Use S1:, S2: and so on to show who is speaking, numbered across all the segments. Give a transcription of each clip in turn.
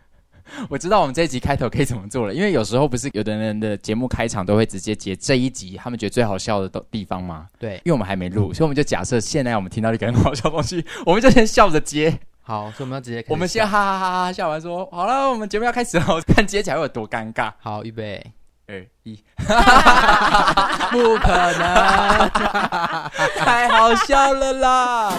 S1: 我知道我们这一集开头可以怎么做了，因为有时候不是有的人的节目开场都会直接截这一集他们觉得最好笑的地方吗？
S2: 对，
S1: 因为我们还没录，所以我们就假设现在我们听到一个很好笑的东西，我们就先笑着接，
S2: 好，所以我们要直接开始
S1: 我们先
S2: 笑
S1: 哈哈哈哈笑完说好了，我们节目要开始了，看接起来会有多尴尬。
S2: 好，预备，
S1: 二一，
S2: 不可能，
S1: 太好笑了啦！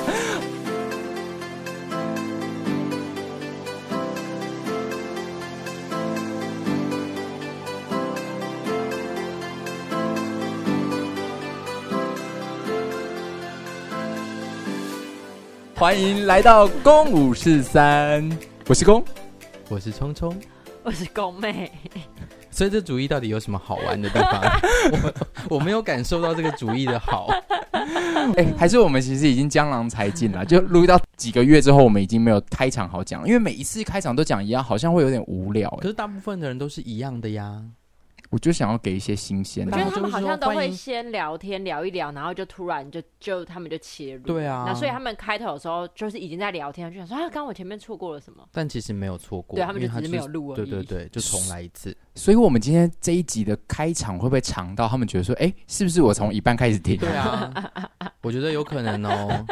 S1: 欢迎来到公五四三，我是公。
S2: 我是聪聪。
S3: 我是宫妹，
S2: 所以这主意到底有什么好玩的地 方？我我没有感受到这个主意的好。
S1: 哎、还是我们其实已经江郎才尽了，就录到几个月之后，我们已经没有开场好讲了，因为每一次开场都讲一样，好像会有点无聊、哎，
S2: 可是大部分的人都是一样的呀。
S1: 我就想要给一些新鲜
S3: 我
S1: 的
S3: 觉。得他们好像都
S2: 欢
S3: 会
S2: 迎
S3: 先聊天聊一聊，然后就突然就就他们就切入，
S2: 对啊
S3: 那所以他们开头的时候就是已经在聊天，就想说啊，刚刚我前面错过了什么？
S2: 但其实没有错过，
S3: 对他们
S2: 因
S3: 就
S2: 为
S3: 只是
S2: 就
S3: 没有录而
S2: 对
S3: 已。
S2: 对对，就重来一 次。
S1: 所以，我们今天这一集的开场会不会长到他们觉得说，哎、是不是我从一半开始听？
S2: 对啊，我觉得有可能 哦。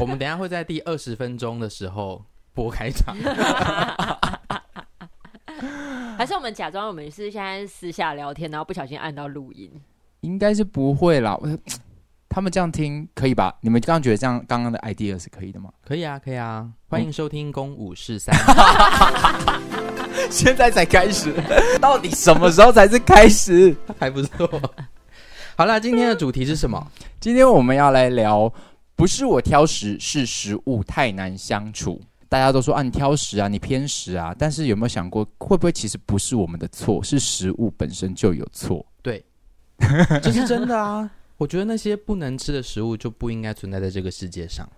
S2: 我们等一下会在第二十分钟的时候播开 场。
S3: 还是我们假装我们是现在私下聊天，然后不小心按到录音，
S1: 应该是不会啦。我他们这样听可以吧？你们刚刚觉得这样刚刚的 idea 是可以的吗？
S2: 可以啊，可以啊，欢迎收听《公五四 三》。
S1: 现在才开始， 到底什么时候才是开始？
S2: 还不错。好啦，今天的主题是什么？
S1: 今天我们要来聊，不是我挑食，是食物太难相处。大家都说啊，你挑食啊，你偏食啊，但是有没有想过，会不会其实不是我们的错，是食物本身就有错？
S2: 这是真的啊！我觉得那些不能吃的食物就不应该存在在这个世界上。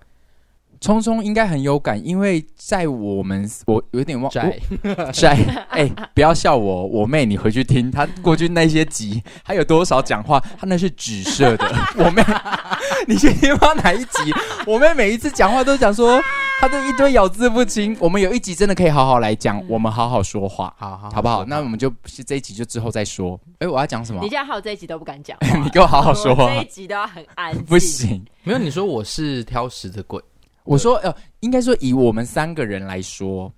S1: 聪聪应该很有感，因为在我们我有点忘
S2: 在
S1: 哦 我在哎、不要笑我，我妹，你回去听她过去那些集，她有多少讲话，她那是指射的。 我妹，你去听她哪一集？我妹每一次讲话都讲说她这一堆咬字不清。我们有一集真的可以好好来
S3: 嗯
S1: 讲，我们好好说话，
S2: 好好
S1: 好不好？那我们就是这一集就之后再说。哎、我要讲什么
S3: 你？这样还有这一集都不敢讲
S1: 你给我好好说
S3: 我
S1: 话
S3: 这一，集都要很安静。
S1: 不， 行。
S2: 没有你说我是挑食的鬼，
S1: 我说，呃，应该说以我们三个人来说，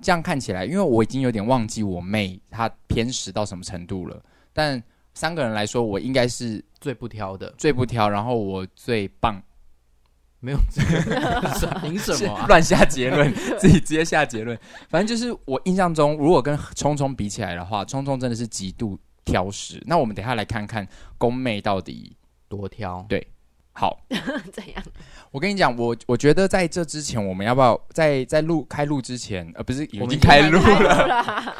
S1: 这样看起来，因为我已经有点忘记我妹她偏食到什么程度了。但三个人来说，我应该是
S2: 最不挑的，
S1: 最不挑，然后我最棒。
S2: 没有这个凭什么、啊？
S1: 乱下结论，自己直接下结论。反正就是我印象中，如果跟聪聪比起来的话，聪聪真的是极度挑食。那我们等一下来看看宫妹到底
S2: 多挑
S1: 对好。
S3: 怎样？
S1: 我跟你讲，我我觉得在这之前，我们要不要在在录开录之前，呃，不是已
S2: 我们
S1: 经
S2: 已经开
S1: 开录
S3: 开
S1: 了？
S3: 哎录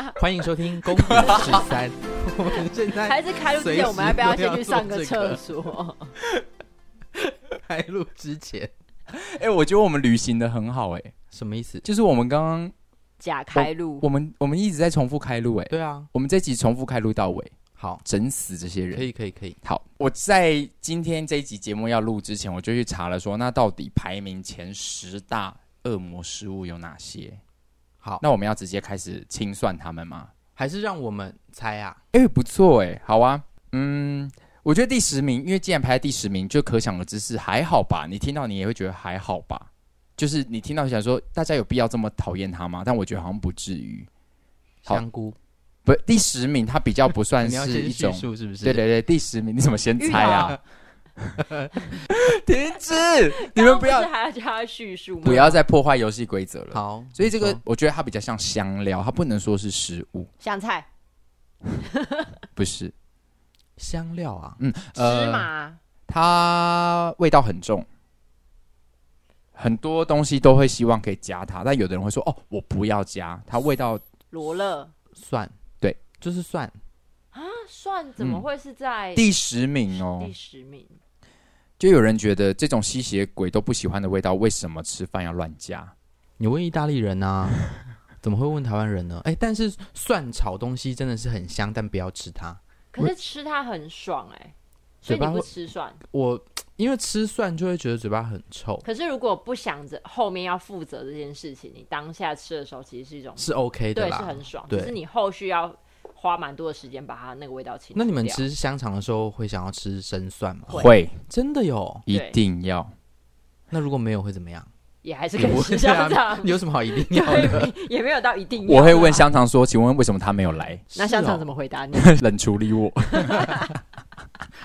S3: 了，
S2: 欢迎收听《公五十 三》。我们现在
S3: 还是开录之
S2: 随
S3: 前
S2: 时
S3: 我们要不要先去上
S2: 都要做这
S3: 个厕
S2: 个
S3: 所？
S2: 开录之前
S1: 哎、我觉得我们旅行的很好、哎，
S2: 什么意思？
S1: 就是我们刚刚
S3: 假开录
S1: 我，们我们一直在重复开录，哎，
S2: 对啊，
S1: 我们这集重复开录到尾，
S2: 好，
S1: 整死这些
S2: 可
S1: 人。
S2: 以可以可以。
S1: 好，我在今天这一集节目要录之前，我就去查了说那到底排名前十大恶魔食物有哪些？
S2: 好，
S1: 那我们要直接开始清算他们吗？
S2: 还是让我们猜啊。
S1: 哎、不错哎、好啊，嗯，我觉得第十名，因为既然排在第十名，就可想而知是还好吧。你听到你也会觉得还好吧，就是你听到想说，大家有必要这么讨厌他吗？但我觉得好像不至于。好
S2: 香菇，
S1: 不，第十名它比较不算
S2: 你要
S1: 是
S2: 先
S1: 一
S2: 叙
S1: 种，
S2: 述是不是？
S1: 对对对，第十名你怎么先猜 啊？停止！你
S3: 刚
S1: 们
S3: 刚
S1: 不
S3: 不
S1: 要
S3: 是还要叫他叙述吗？
S1: 不要再破坏游戏规则了。
S2: 好，
S1: 所以这
S2: 你
S1: 个
S2: 说
S1: 我觉得它比较像香料，它不能说是食物，
S3: 香菜、
S1: 不是。
S2: 香料啊，
S3: 芝麻、
S1: 它味道很重，很多东西都会希望可以加它，但有的人会说：“哦，我不要 加，它味道
S3: 罗勒。
S2: 蒜，
S1: 对，
S2: 就是蒜。
S3: 那蒜怎么
S1: 嗯
S3: 会是在
S1: 第十名哦
S3: 第。十名？”
S1: 就有人觉得这种吸血鬼都不喜欢的味道，为什么吃饭要乱加？
S2: 你问意大利人啊， 怎么会问台湾人呢？哎，但是蒜炒东西真的是很香，但不要吃它。
S3: 可是吃它很爽哎、所
S2: 嘴
S3: 以你
S2: 巴
S3: 不
S2: 会
S3: 吃蒜，
S2: 我因为吃蒜就会觉得嘴巴很臭，
S3: 可是如果不想着后面要负责这件事情，你当下吃的时候其实是一种
S2: 是 OK 的
S3: 对，
S2: 啦，
S3: 是很爽，
S2: 对
S3: 只是你后续要花蛮多的时间把它那个味道清除掉。
S2: 那你们吃香肠的时候会想要吃生蒜吗？
S3: 会
S1: 会
S2: 真的有？
S1: 一
S3: 对
S1: 定要。
S2: 那如果没有会怎么样？
S3: 也还是可以
S2: 不
S3: 吃
S2: 会
S3: 香
S2: 啊
S3: 肠，，
S2: 有什么好一定要的？
S3: 对也没有到一定要。
S1: 啊我会问哦香肠说：“请问为什么他没有来
S3: 那香肠
S2: 么？
S3: 怎么回答 你？
S1: 冷处理我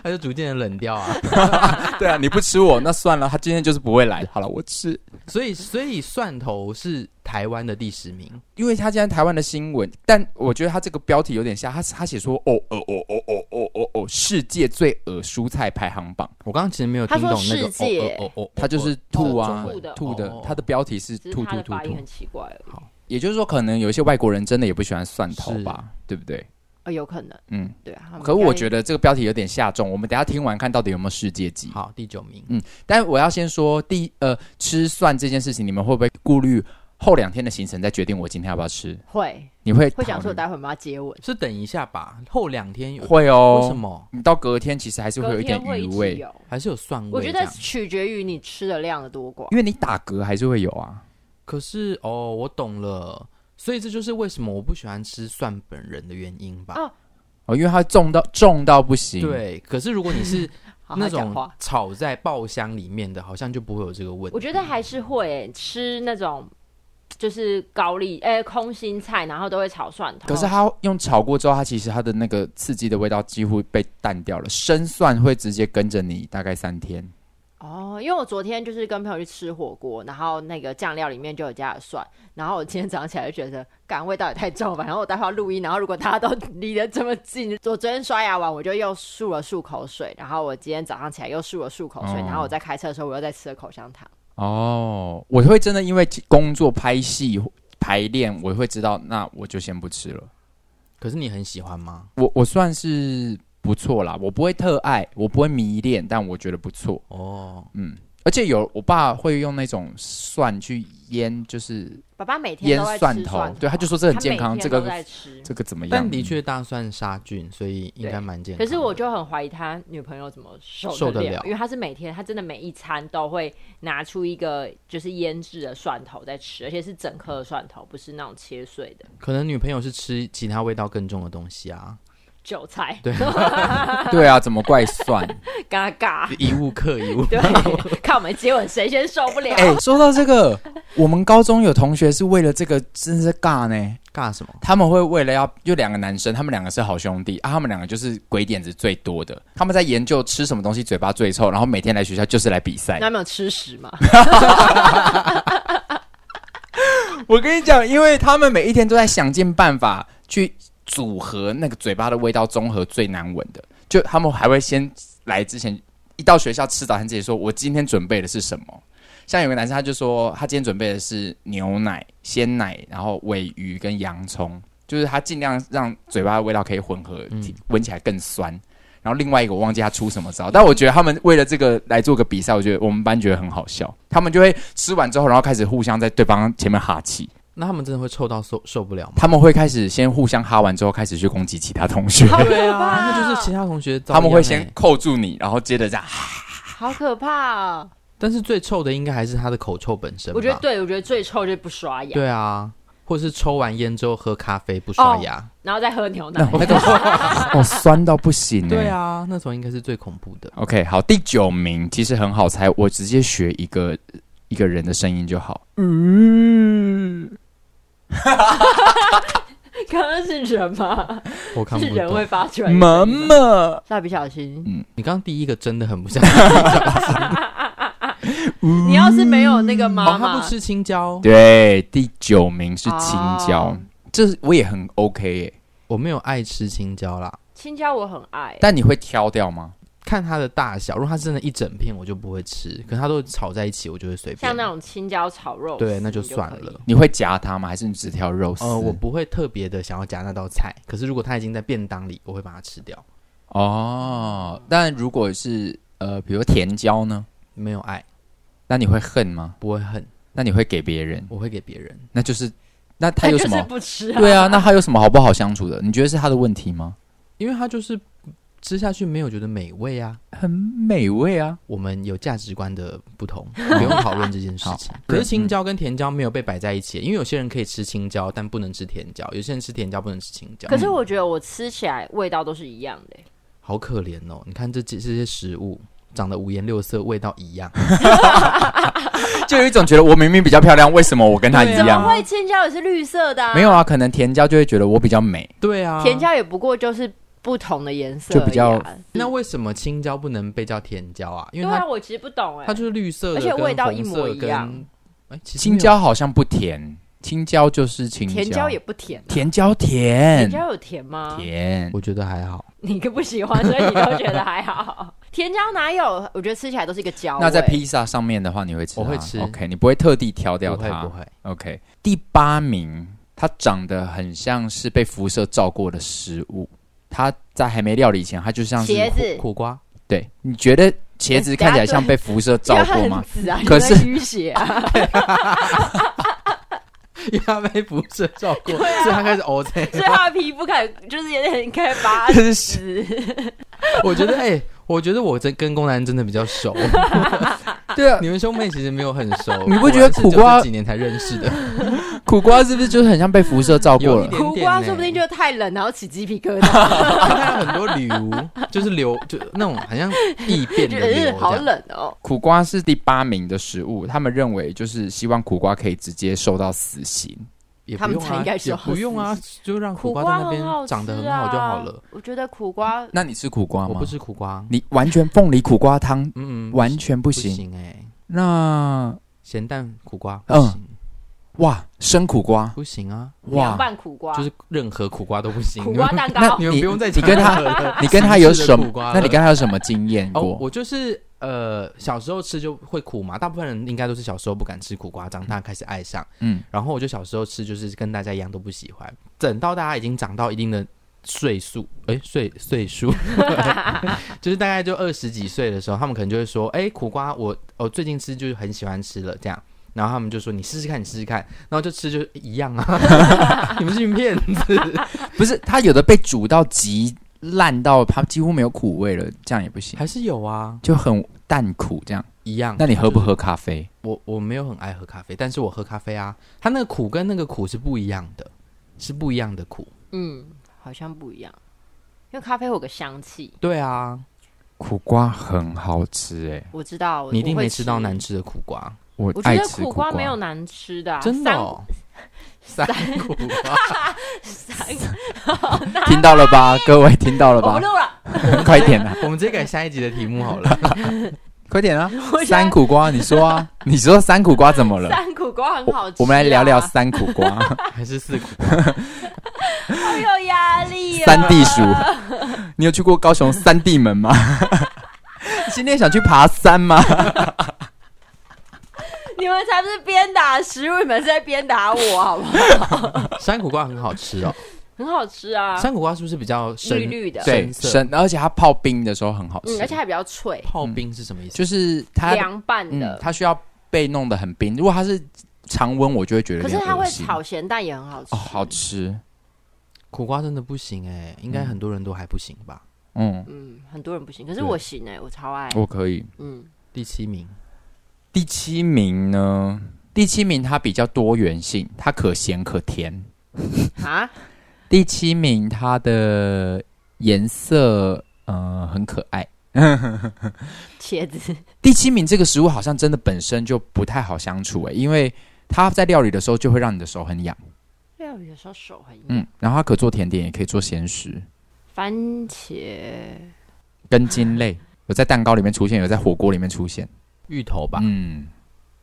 S2: 它就逐渐的冷掉啊。？”
S1: 对啊，你不吃我那 算了，他今天就是不会来。好了，我吃，
S2: 所以，所以蒜头是台湾的第十名，
S1: 因为他现在台湾的新闻，但我觉得他这个标题有点像，他他写说：“哦哦哦哦哦哦哦哦，世界最恶蔬菜排行榜。”
S2: 我刚刚其实没有听懂那个
S3: 他说世界
S2: 哦哦哦哦，
S1: 他就是吐啊
S3: 哦吐的，
S1: 吐的
S2: 哦，
S1: 他的标题是
S3: 只
S1: 吐
S3: 是他
S1: 吐
S3: 的
S1: 吐
S3: 发音
S1: 吐
S3: 很，奇怪而已。
S1: 也就是说，可能有一些外国人真的也不喜欢蒜头
S2: 是
S1: 吧，对不对？
S3: 哦，有可能，
S1: 嗯，
S3: 对啊。他们
S1: 可是
S3: 应该
S1: 我觉得这个标题有点下重，我们等一下听完看到底有没有世界级。
S2: 好第九名，
S1: 但我要先说第一呃吃蒜这件事情，你们会不会顾虑后两天的行程再决定我今天要不要吃？
S3: 会
S1: 你会
S3: 会想
S1: 考
S3: 说，
S1: 虑
S3: 待会我们要接吻，
S2: 是等一下吧，后两天有
S1: 会
S2: 为什
S1: 哦，
S2: 么
S1: 你到隔天其实还是会有
S3: 隔
S1: 一
S3: 天
S1: 点
S3: 会
S1: 余
S3: 一直
S1: 味，
S3: 有。
S2: 还是有蒜味？
S3: 我觉得，取决于你吃的量的多寡。
S1: 因为你打嗝还是会有啊。
S2: 可是哦，我懂了，所以这就是为什么我不喜欢吃蒜本人的原因吧。
S3: 哦
S1: 哦，因为它重到重到不行。，
S2: 对，可是如果你是
S3: 好好
S2: 那
S3: 讲
S2: 种
S3: 话，
S2: 炒在爆香里面的，好像就不会有这个问题。
S3: 我觉得还是会欸吃那种就是高丽哎空心菜，然后都会炒蒜头。
S1: 可是它用炒过之后，它其实它的那个刺激的味道几乎被淡掉了，生蒜会直接跟着你大概三天。
S3: 哦，因为我昨天就是跟朋友去吃火锅，然后那个酱料里面就有加了蒜，然后我今天早上起来就觉得，感味道也太重了吧。然后我待会要录音，然后如果大家都离得这么近，我昨天刷牙完我就又漱了漱口水，然后我今天早上起来又漱了漱口水，
S1: 哦
S3: 然后我在开车的时候我又在吃了口香糖。
S1: 哦，我会真的因为工作拍戏排练，我会知道，那我就先不吃了。
S2: 可是你很喜欢吗？
S1: 我我算是不错啦，我不会特爱，我不会迷恋，但我觉得不错。
S2: 哦，
S1: 而且有我爸会用那种蒜去腌，就是
S3: 爸爸每天
S1: 腌
S3: 都在吃
S1: 蒜
S3: 头，
S1: 对，他就说这很
S3: 他
S1: 健
S3: 每
S1: 康，
S3: 天
S1: 这
S3: 都
S1: 个
S3: 在吃。
S1: 这个怎么样？
S2: 但的确大蒜杀菌，所以应该蛮健
S3: 可
S2: 康。
S3: 是我就很怀疑他女朋友怎么受
S2: 受得
S3: 了
S2: 了
S3: 因为他是每天，他真的每一餐都会拿出一个就是腌制的蒜头在吃，而且是整颗的蒜头，不是那种切碎的
S2: 可能女朋友是吃其他味道更重的东西 啊，
S3: 韭菜，
S2: 对，
S1: 对啊，怎么怪蒜？
S3: 嘎嘎，
S2: 一物克一物。
S3: 对， 看我们接吻谁先受不 了。
S1: 哎、说到这 个，我们高中有同学是为了这个真是尬呢。
S2: 尬什么？
S1: 他们会为了要就两个男生，他们两个是好兄弟啊，他们两个就是鬼点子最多的。他们在研究吃什么东西嘴巴最臭，然后每天来学校就是来比赛
S3: 那。没有吃屎吗？
S1: 我跟你讲，因为他们每一天都在想尽办法去组合那个嘴巴的味道，综合最难闻的。就他们还会先来之前，一到学校吃早餐，自己说我今天准备的是什么。像有个男生，他就说他今天准备的是牛奶、鲜奶，然后尾鱼跟洋葱，就是他尽量让嘴巴的味道可以混合，闻、起来更酸。然后另外一个我忘记他出什么招，但我觉得他们为了这个来做个比赛，我觉得我们班觉得很好笑。他们就会吃完之后，然后开始互相在对方前面哈气，
S2: 那他们真的会臭到受受不了吗？
S1: 他们会开始先互相哈完之后，开始去攻击其他同学，
S3: 好可
S1: 啊
S3: 怕，
S2: 那就是其他同学遭
S1: 他
S2: 殃
S1: 们会先
S2: 欸
S1: 扣住你，然后接着这样。
S3: 好可怕哦！
S2: 但是最臭的应该还是他的口臭本身吧。
S3: 我觉得对，我觉得最臭就是不刷牙，
S2: 对啊，或是抽完烟之后喝咖啡不刷
S3: 哦
S2: 牙。
S3: 然后再喝牛奶
S1: 那。 那个 哦，酸到不行、欸。
S2: 对啊，那种应该是最恐怖的。
S1: OK，好，第九名其实很好猜，我直接学一个一个人的声音就好。
S3: 刚刚是人 吗？
S2: 我看
S3: 是
S2: 不
S3: 人
S2: 懂。
S3: 会发出来的
S1: 妈
S3: 声音吗。
S1: 妈，
S3: 蜡笔小新，
S2: 你刚刚第一个真的很不像。
S3: 你要是没有那个 妈
S1: 嗯
S2: 哦，
S3: 妈，
S2: 他不吃青椒，
S1: 对，第九名是青椒，
S3: 哦
S1: 这是我也很 OK 耶、
S2: 我没有爱吃青椒啦。
S3: 青椒我很爱，
S1: 但你会挑掉吗？
S2: 看它的大小，如果它真的一整片，我就不会吃。可它都炒在一起，我就会随便。
S3: 像那种青椒炒肉丝，
S2: 对，那
S3: 就
S2: 就算
S3: 可以
S2: 了。。
S1: 你会夹它吗？还是你只挑肉丝？
S2: 呃，我不会特别的想要夹那道菜，可是如果它已经在便当里，我会把它吃掉。
S1: 哦，但如果是呃，比如甜椒呢？
S2: 没有爱，
S1: 那你会恨吗？
S2: 不会恨，
S1: 那你会给别人，
S2: 我会给别人。
S1: 那就是那他
S3: 那
S1: 有
S3: 就
S1: 什
S3: 是
S1: 么？
S3: 不吃啊？
S1: 对啊，那他有什么好不好相处的？你觉得是他的问题吗？
S2: 因为它就是吃下去没有觉得美味啊。
S1: 很美味啊。
S2: 我们有价值观的不同，不用讨论这件事情
S1: 好。
S2: 可是青椒跟甜椒没有被摆在一起，因为有些人可以吃青椒，但不能吃甜椒；有些人吃甜椒不能吃青椒。
S3: 可是我觉得我吃起来味道都是一样的、欸
S1: 嗯
S2: 好可怜哦！你看这这这些食物长得五颜六色，味道一样。
S1: 就有一种觉得我明明比较漂亮，为什么我跟她一
S2: 对啊
S3: 怎么
S1: 样？
S3: 会青椒也是绿色的、啊？
S1: 没有啊，可能甜椒就会觉得我比较美，
S2: 对啊，
S3: 甜。椒也不过就是不同的颜色、而
S1: 就比较
S3: 已啊
S2: 那为什么青椒不能被叫甜椒啊？因
S3: 对
S2: 为它、
S3: 啊，我其实不懂哎、
S2: 它就是绿色的，
S3: 而且味道
S2: 跟红
S3: 一模
S2: 色
S3: 一样
S2: 跟。哎，其实
S1: 青
S2: 没有
S1: 椒好像不甜，青椒就是青椒，
S3: 甜椒也不甜、啊，
S1: 甜椒
S3: 甜
S1: 甜
S3: 椒有甜吗？
S1: 甜，
S2: 我觉得还好。
S3: 你可不喜欢，所以你都觉得还好。 甜椒哪有？我觉得吃起来都是一个椒味。
S1: 那在披萨上面的话，你会吃它？
S2: 我会吃
S1: OK，你不会特地挑掉
S2: 不会
S1: 它。
S2: 不会，
S1: OK，第八名，它长得很像是被辐射照过的食物。它在还没料理前，它就像是
S3: 茄子
S2: 苦瓜
S1: 对，你觉得茄子看起来像被辐射照过吗？
S3: 子啊，
S1: 可是
S3: 你在淤血啊，
S2: 因为它被辐射照过，
S3: 啊
S2: 所以它开始 O K。
S3: 所以他的皮肤开始就是有点开始 发
S1: 这是
S3: 紫。
S2: 我觉得，哎、我觉得我真跟宫南真的比较熟。
S1: 对啊，
S2: 你们兄妹其实没有很熟，
S1: 你不觉得苦瓜
S2: 我是90几年才认识 的？
S1: 苦瓜是不是就是很像被辐射照过
S2: 有一
S1: 了
S2: 点？
S3: 苦瓜
S2: 呢
S3: 说不定就是太冷，然后起鸡皮 疙瘩，呃
S2: 它有很多瘤，就是瘤，就那种好像异变
S3: 就
S2: 的瘤这
S3: 是
S2: 样。
S3: 好冷哦。
S1: 苦瓜是第八名的食物，他们认为就是希望苦瓜可以直接受到死刑。
S2: 也
S3: 他
S2: 不
S3: 们
S2: 用
S3: 才
S2: 啊，
S3: 应该是
S2: 也不用啊，就让
S3: 苦
S2: 瓜在那
S3: 很好
S2: 边
S3: 吃
S2: 长得很好就好了
S3: 啊。。我觉得苦瓜
S1: 那你吃苦瓜吗？
S2: 我不，吃苦瓜，
S1: 你完全凤梨苦瓜汤
S2: 嗯嗯，
S1: 完全不
S2: 不
S1: 行。
S2: 行哎，
S1: 那
S2: 咸蛋苦瓜不
S1: 嗯
S2: 行，
S1: 哇，生苦瓜
S2: 不行啊，
S3: 凉
S1: 哇，
S3: 拌苦瓜，
S2: 就是任何苦瓜都不行。
S3: 苦
S2: 你们
S3: 瓜蛋
S1: 那
S3: 糕
S2: 你们不用再
S1: 你
S2: 讲
S1: 跟他
S2: 任何的
S1: 你跟他有什
S2: 形式啊的
S1: 么
S2: 苦瓜？了
S1: 那你跟他有什么经验过？
S2: 哦，我就是呃，小时候吃就会苦嘛，大部分人应该都是小时候不敢吃苦瓜，长大开始爱上。
S1: 嗯
S2: 嗯，然后我就小时候吃，就是跟大家一样都不喜欢。等到大家已经长到一定的岁数，哎，岁岁数， 就是大概就二十几岁的时候，他们可能就会说，哎，苦瓜我我最近吃就是很喜欢吃了这样。然后他们就说：“你试试看，你试试看。”然后就吃就一样啊！ 你们是骗子！
S1: 不是，它有的被煮到极烂到它几乎没有苦味了，这样也不行，
S2: 还是有啊，
S1: 就很淡苦这样。
S2: 一样。
S1: 那你喝
S2: 就是
S1: 不喝咖啡？
S2: 我我没有很爱喝咖啡，但是我喝咖啡啊，它那个苦跟那个苦是不一样的，是不一样的苦。
S3: 嗯，好像不一样，因为咖啡会有个香气。
S2: 对啊，
S1: 苦瓜很好吃哎、
S3: 我知道，
S2: 你一定
S3: 我会
S2: 没吃到难。吃的苦瓜，
S1: 我
S3: 我觉
S1: 爱
S3: 得
S1: 吃
S3: 苦
S1: 瓜
S3: 瓜没有难吃的、啊，
S2: 真的、哦。三苦 瓜，
S3: 三三
S1: 听到了吧，各位听到了
S3: 哦
S1: 吧
S3: 我不？录 了。
S1: 快点啊，
S2: 我们直接改下一集的题目好 了。
S1: 快点 啊！
S3: 我觉
S1: 三
S3: 得
S1: 苦瓜，你说 啊，你说三苦瓜怎么了？
S3: 三苦瓜很好吃、啊
S1: 我我们来聊聊三苦瓜，
S2: 还是四苦瓜？
S3: 好有压力、哦。
S1: 三地鼠。你有去过高雄三地门吗？ 今天想去爬山吗？
S3: 你们才不是边打食物，你们是在边打我，好不好？
S2: 山苦瓜很好吃哦，
S3: 很好吃啊，
S2: 山苦瓜是不是比较深
S3: 绿绿的
S1: 对，
S2: 深色
S1: 生，而且它泡冰的时候很好吃，
S3: 嗯，而且还比较脆，
S2: 泡冰是什么意思？
S1: 就是它
S3: 凉拌
S1: 嗯
S3: 的，。
S1: 它需要被弄得很冰。如果它是常温，我就会觉得有
S3: 可是
S1: 点
S3: 它
S1: 恶
S3: 会
S1: 心
S3: 炒咸蛋也很好吃，
S1: 哦，好吃，
S2: 苦瓜真的不行哎、应该很多人都还不行吧？
S1: 嗯，
S3: 嗯，很多人不行，可是
S1: 对哦
S3: 我行哎、我超爱。
S1: 我可以。
S3: 嗯，
S2: 第七名，
S1: 第七名呢？第七名它比较多元性，它可咸可甜。
S3: 啊，
S1: 第七名它的颜色呃很可爱。
S3: 茄子，
S1: 第七名这个食物好像真的本身就不太好相处诶、欸因为它在料理的时候就会让你的手很痒，
S3: 料理的时候手很硬。
S1: 嗯，然后它可做甜点，也可以做咸食，
S3: 番茄，
S1: 根茎类有在蛋糕里面出现，有在火锅里面出现，
S2: 芋头吧？
S1: 嗯。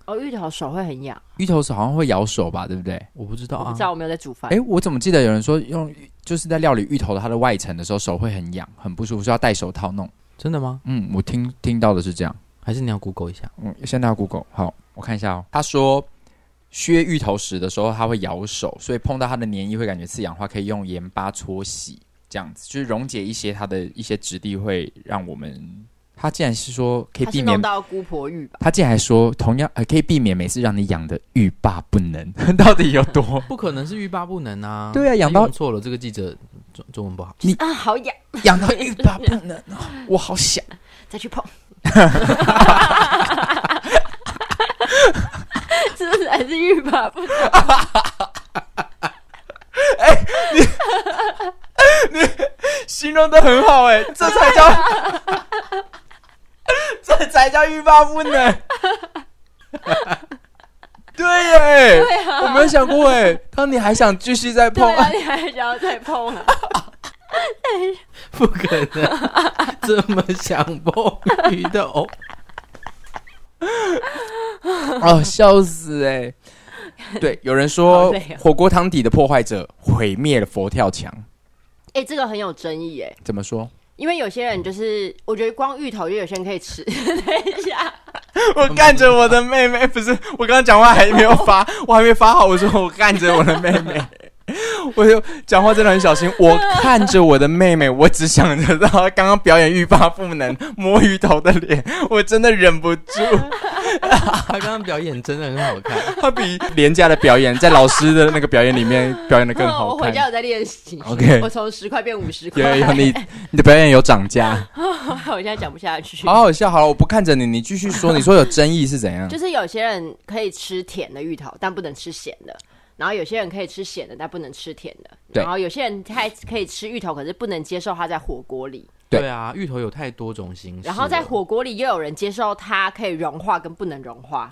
S3: 哦，芋头手会很痒，
S1: 芋头手好像会咬手吧，对不对？
S2: 我不知道
S3: 我不
S2: 啊
S3: 知，道我没有在煮饭。
S1: 哦哎，我怎么记得有人说用芋就是在料理芋头的它的外层的时候，手会很痒，很不舒服，需要戴手套弄。
S2: 真的吗？
S1: 嗯，我听听到的是这样。
S2: 还是你要 Google 一下？
S1: 嗯，现在要 Google 好，我看一下哦。他说削芋头时的时候，它会咬手，所以碰到它的黏液会感觉刺痒的话，可以用盐巴搓洗，这样子就是溶解一些它的一些质地，会让我们。他竟然是说可以
S3: 它
S1: 避
S3: 是
S1: 免
S3: 弄到姑婆芋吧？
S1: 他竟然还说，同样呃可以避免每次让你痒的欲罢不能，到底有多
S2: 不可能是欲罢不能啊！
S1: 对啊养
S2: 他
S1: 到
S2: 用错了，这个记者中中文不好，
S3: 啊，好痒，
S1: 痒到欲罢不能啊！我好想，
S3: 再去碰。 是不是还是欲罢不能？
S1: 形容的很好 哎、这才叫，
S3: 啊
S1: 这才叫欲罢不 能。对耶，对啊，我没有想过哎，当你还想继续再
S3: 对
S1: 碰，
S3: 啊，你还想要再碰啊？
S2: 不可能 这么想碰鱼的哦。
S1: 哦，笑死哎、对，有人
S3: 好
S1: 说
S3: 累哦
S1: 火锅汤底的破坏者毁灭了佛跳墙，
S3: 哎、这个很有争议哎、
S1: 怎么说？
S3: 因为有些人就是，我觉得光芋头就有些人可以吃。 等一下，
S1: 我看着我的妹 妹，不是我刚刚讲话还没有 发，我还没发好，我说我看着我的妹 妹，我就讲话真的很小心。我看着我的妹妹，我只想着她刚刚表演欲罢不能摸鱼头的脸，我真的忍不住。
S2: 他刚刚表演真的很好看，
S1: 她比廉价的表演在老师的那个表演里面表演的更
S3: 哦我
S1: 好
S3: 回
S1: 看。
S3: 家有在练习。
S1: OK
S3: 我从十块变五十
S1: 有
S3: 块。
S1: 有你你的表演有涨价，
S3: 我现在讲不下去。
S1: 好好笑。好了，我不看着你，你继续说。你说有争议是怎样？
S3: 就是有些人可以吃甜的芋头，但不能吃咸的；然后有些人可以吃咸的，但不能吃甜的；
S1: 对
S3: 然后有些人他还可以吃芋头，可是不能接受它在火锅里。
S1: 对
S2: 对啊，芋头有太多种形式了，
S3: 然后在火锅里又有人接受它可以融化跟不能融化，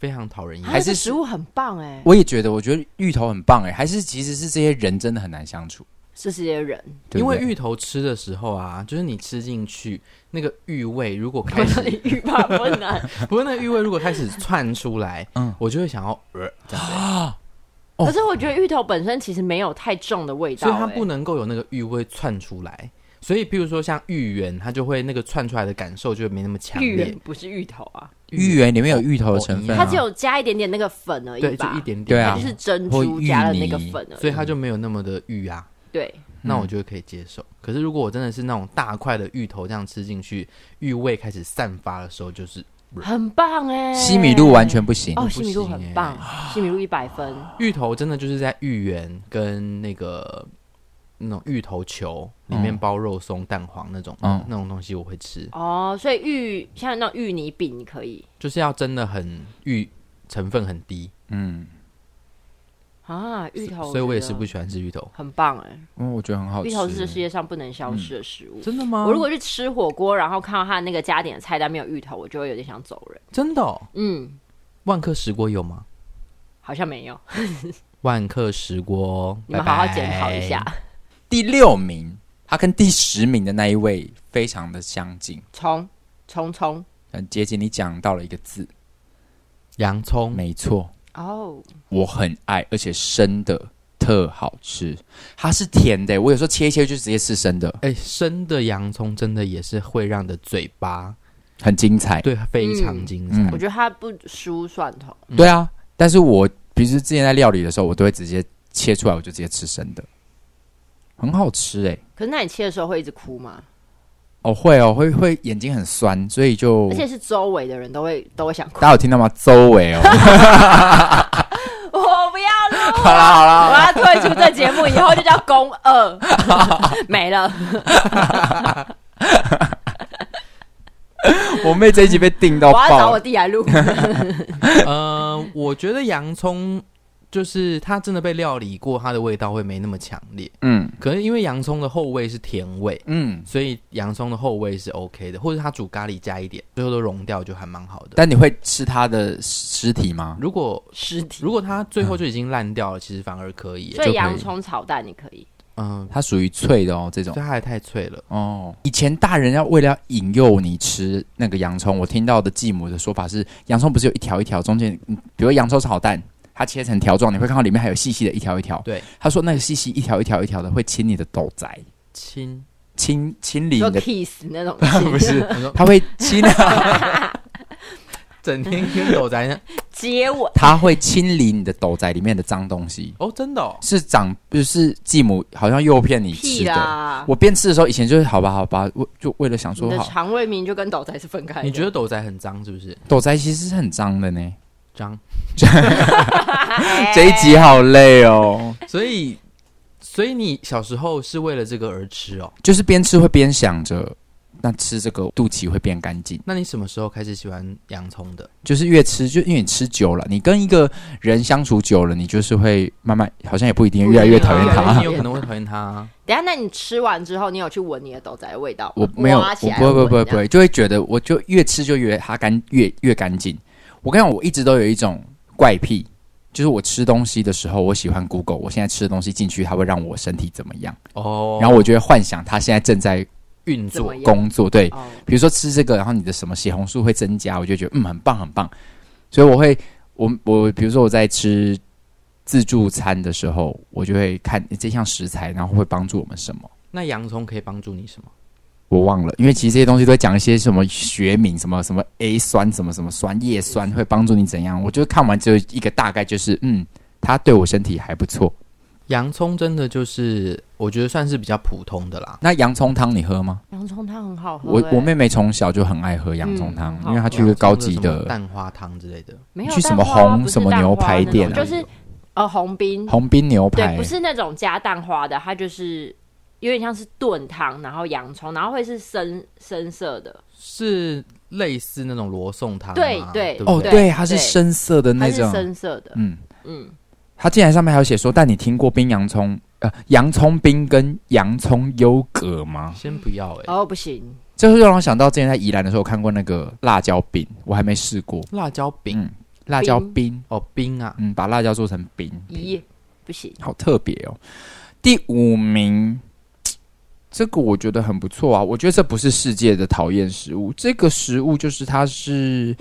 S2: 非常讨人厌
S1: 还。是
S3: 啊这个食物很棒哎、
S1: 我也觉得，我觉得芋头很棒哎，还是其实是这些人真的很难相处，
S3: 是这些人，
S1: 对
S2: 因
S1: 不
S2: 为
S1: 对
S2: 芋头吃的时候啊，就是你吃进去那个芋味，如果
S3: 我
S2: 开
S3: 说
S2: 始
S3: 你欲罢不能。啊
S2: 不是那个芋味，如果开始窜出来，
S1: 嗯
S2: 我就会想要呃这样子
S1: 哦
S3: 可是我觉得芋头本身其实没有太重的味道、
S2: 所
S3: 欸，
S2: 以它不能够有那个芋味窜出来。所以，譬如说像芋圆，它就会那个窜出来的感受就没那么强
S3: 芋
S2: 烈
S3: 圆。不是芋头啊，
S1: 芋圆里面有芋头的成分、
S2: 对
S1: 啊，
S3: 它只有加一点点那个粉而已吧，
S2: 对，就一点点，
S1: 对啊
S3: 它就是珍
S1: 或
S3: 珠
S1: 芋
S3: 加了那
S1: 泥
S3: 个粉而
S2: 所
S3: 已。
S2: 以它就没有那么的芋啊。
S3: 对，
S2: 那我就可以接受。可是如果我真的是那种大块的芋头这样吃进去，芋味开始散发的时候，就是
S3: 很棒哎、
S1: 西米露完全不行。
S3: 哦，
S2: 不
S3: 西米露
S2: 行
S3: 很
S2: 欸
S3: 棒，西米露一百分。
S2: 芋头真的就是在芋圆跟那个那种芋头球里面
S1: 嗯
S2: 包肉松、蛋黄那种、
S1: 嗯
S2: 那种东西，我会吃，
S3: 哦，所以芋像那种芋泥饼，你可以
S2: 就是要真的很芋成分很低，
S1: 嗯，
S3: 啊，芋头，
S2: 所以我也是不喜欢吃芋头。
S3: 很棒哎、
S1: 嗯，我觉得很好吃。
S3: 芋头是世界上不能消失的食物。
S2: 真的啊吗？
S3: 我如果去吃火锅，然后看到他那个加点的菜单没有芋头，我就会有点想走人。
S2: 真的、哦、
S3: 嗯，
S2: 万客石锅有吗？
S3: 好像没有，
S2: 万客石锅，
S3: 你们好好
S2: 拜拜
S3: 检讨一下。。
S1: 第六名，它跟第十名的那一位非常的相近，
S3: 葱葱葱，
S1: 很接近。你讲到了一个字，
S2: 洋葱，
S1: 没错，
S3: 哦，
S1: 我很爱，而且生的特好吃。它是甜的，我有时候切一切就直接吃生的，
S2: 哎，生的洋葱真的也是会让你的嘴巴
S1: 很精彩。
S2: 对，非常精彩。
S1: 嗯
S3: 我觉得它不输蒜头，
S1: 对啊，但是我比如说之前在料理的时候，我都会直接切出来，我就直接吃生的，很好吃哎、
S3: 可是那你切的时候会一直哭吗？
S1: 哦，会哦，会会眼睛很酸，所以就
S3: 而且是周围的人都会都会想哭
S1: 大。家有听到吗？周围哦，
S3: 我不要录，
S1: 好啦好啦
S3: 我，要退出这节目，以后就叫公 二，没了。
S1: 我妹这一集被定到
S3: 我要找
S1: 爆
S3: 我，弟来录。
S1: 嗯
S2: 呃，我觉得洋葱就是它真的被料理过，它的味道会没那么强烈。
S1: 嗯
S2: 可能因为洋葱的后味是甜味，
S1: 嗯，
S2: 所以洋葱的后味是 OK 的，或者它煮咖喱加一点，最后都融掉就还蛮好的。
S1: 但你会吃它的尸体吗？
S2: 如果
S3: 尸体。
S2: 如果它最后就已经烂掉了，其实反而可以。
S3: 所
S2: 就
S3: 以洋葱炒蛋你可以，
S2: 嗯，
S1: 它属于脆的哦，这种
S2: 所以它还太脆了。
S1: 哦。以前大人要为了要引诱你吃那个洋葱，我听到的继母的说法是，洋葱不是有一条一条，中间嗯比如洋葱炒蛋，它切成条状，你会看到里面还有细细的一条一条。
S2: 对，
S1: 他说那个细细一条一条一条的会清你的斗宅，
S2: 亲，
S1: 清清理
S3: 说
S1: 你的，
S3: kiss 那种
S1: 不是，
S2: 我说
S1: 它会清，，
S2: 整天跟狗仔一样
S3: 接吻
S1: 它会清理你的斗宅里面的脏东西。
S2: 哦，真的、哦，
S1: 是长就是继母好像诱骗你吃
S3: 屁
S1: 的。
S3: 啦！
S1: 我边吃的时候，以前就是好吧好吧，我就为了想
S3: 你
S1: 说
S3: 的
S1: 好，
S3: 肠胃名就跟斗仔是分开的。
S2: 你觉得狗仔很脏是不是？
S1: 斗宅其实是很脏的呢。
S2: 脏，
S3: 哎
S1: 这一集好累哦，
S2: 所以所以你小时候是为了这个而吃哦？
S1: 就是边吃会边想着，那吃这个肚脐会变干净。
S2: 那你什么时候开始喜欢洋葱的？
S1: 就是越吃，就因为你吃久了，你跟一个人相处久了，你就是会慢慢，好像也不一定
S3: 不一定
S1: 越来越
S3: 啊
S1: 讨厌
S3: 越来越
S1: 它
S2: 你。有可能会讨厌它啊。
S3: 等一下，那你吃完之后，你有去闻你的豆仔的味道吗？
S1: 我没有，
S3: 挖
S1: 我
S3: 起来
S1: 不会，不会，不会，
S3: 闻
S1: 不会，就会觉得我就越吃就越它干，越越干净。我跟你讲，我一直都有一种怪癖，就是我吃东西的时候，我喜欢 Google，我现在吃的东西进去，它会让我身体怎么样，
S2: 哦，
S1: 然后我就会幻想它现在正在
S2: 运
S3: 怎
S2: 作
S3: 么样
S1: 工作，对
S3: 这，样哦
S1: 比如说吃这个，然后你的什么血红素会增加，我就觉得嗯很棒很棒，所以我会我我比如说我在吃自助餐的时候，我就会看诶这项食材，然后会帮助我们什么，
S2: 那洋葱可以帮助你什么？
S1: 我忘了，因为其实这些东西都会讲一些什么学名，什么什么 A 酸，什么什么酸叶酸会帮助你怎样，我就看完之后一个大概就是嗯，它对我身体还不错。
S2: 洋葱真的就是，我觉得算是比较普通的啦。
S1: 那洋葱汤你喝吗？
S3: 洋葱汤很好喝欸。
S1: 我我妹妹从小就很爱喝洋葱汤，
S3: 嗯
S1: 因为她去一个高级
S2: 洋葱什么
S1: 的
S2: 蛋花汤之类的，
S3: 没有
S1: 去什么
S3: 蛋花啊
S1: 红
S3: 不是
S1: 什么
S3: 蛋花
S1: 牛排
S3: 那种
S1: 店
S2: 啊
S3: 就是呃红冰，
S1: 红冰牛
S3: 对，
S1: 排
S3: 不，是那种加蛋花的，它就是有点像是炖汤，然后洋葱，然后会是深深色的，
S2: 是类似那种罗宋汤吗，啊
S3: 对对
S2: 对不
S1: 哦，
S2: 对，
S1: 对，它是
S3: 对
S1: 深色的
S3: 它
S1: 那
S3: 是
S1: 种，
S3: 深色的，
S1: 嗯，
S3: 嗯，
S1: 它竟然上面还有写说，但你听过冰洋葱呃洋葱冰跟洋葱优格吗？
S2: 先不要哎，
S3: 哦不行，
S1: 这会让我想到之前在宜兰的时候，我看过那个辣椒饼，我还没试过
S2: 辣椒饼
S1: 嗯辣椒冰，
S2: 哦，冰啊，
S1: 嗯，把辣椒做成冰，
S3: 咦不行，
S1: 好特别哦。第五名，这个我觉得很不错啊，我觉得这不是世界的讨厌食物，这个食物就是它是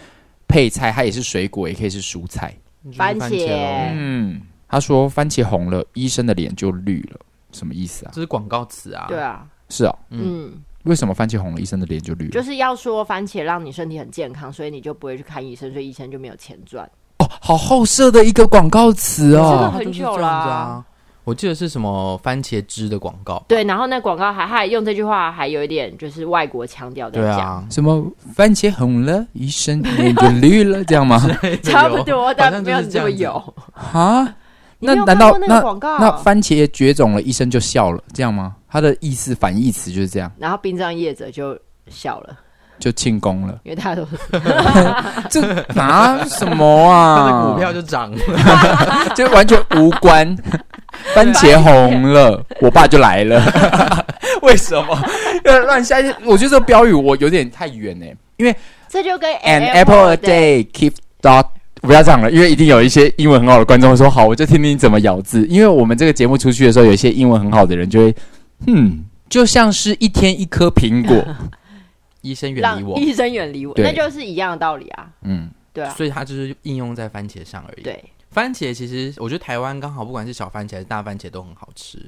S1: 配菜，它也是水果，也可以是蔬菜。
S2: 就是
S3: 番
S2: 番
S3: 茄
S2: 咯
S1: 嗯，他说番茄红了，医生的脸就绿了，什么意思啊？
S2: 这是广告词啊，
S3: 对，啊，
S1: 是哦，
S2: 嗯
S3: 嗯，
S1: 为什么番茄红了，医生的脸就绿了？
S3: 就是要说番茄让你身体很健康，所以你就不会去看医生，所以医生就没有钱赚，
S1: 哦，好后设的一个广告词
S3: 这个
S1: 哦。
S2: 它
S3: 很
S2: 就是
S3: 久
S2: 这
S3: 了
S2: 样
S3: 啊
S2: 子啊。我记得是什么番茄汁的广告，
S3: 对，然后那广告还还用这句话还有一点就是外国腔调在
S2: 对
S3: 讲，
S2: 啊，
S1: 什么番茄红了，医生的脸就绿了，这样吗？
S2: 啊
S3: 差不多，但
S2: 像
S3: 没有
S2: 就是
S3: 你
S2: 这
S3: 这么
S2: 样子
S3: 有。
S1: 啊，
S3: 你没有
S1: 那难
S3: 看
S1: 道
S3: 过那个广告？
S1: 那番茄绝种了，医生就笑了，这样吗？他的意思反义词就是这样，
S3: 然后殡葬业者就笑了，
S1: 就庆功 了。
S3: 因为大家都是
S1: 这拿什么
S2: 它
S1: 啊？
S2: 的股票就涨了。
S1: 嗯就完全无 关。番茄红了，我爸就来了。 为什么？呃乱下一些，我觉得这个标语我有点太远哎、因为
S3: 这就跟
S1: an apple a day keep dot。不要这样了，因为一定有一些英文很好的观众会说：“好，我就听听你怎么咬字。”因为我们这个节目出去的时候，有一些英文很好的人就会，嗯，就像是一天一颗苹 果，
S2: 医生远
S3: 让
S2: 离我，
S3: 医生远离我，
S1: 对
S3: 那就是一样的道理啊，
S1: 嗯，
S3: 对啊，
S2: 所以它就是应用在番茄上而已。，
S3: 对，
S2: 番茄其实我觉得台湾刚好不管是小番茄还是大番茄都很好吃。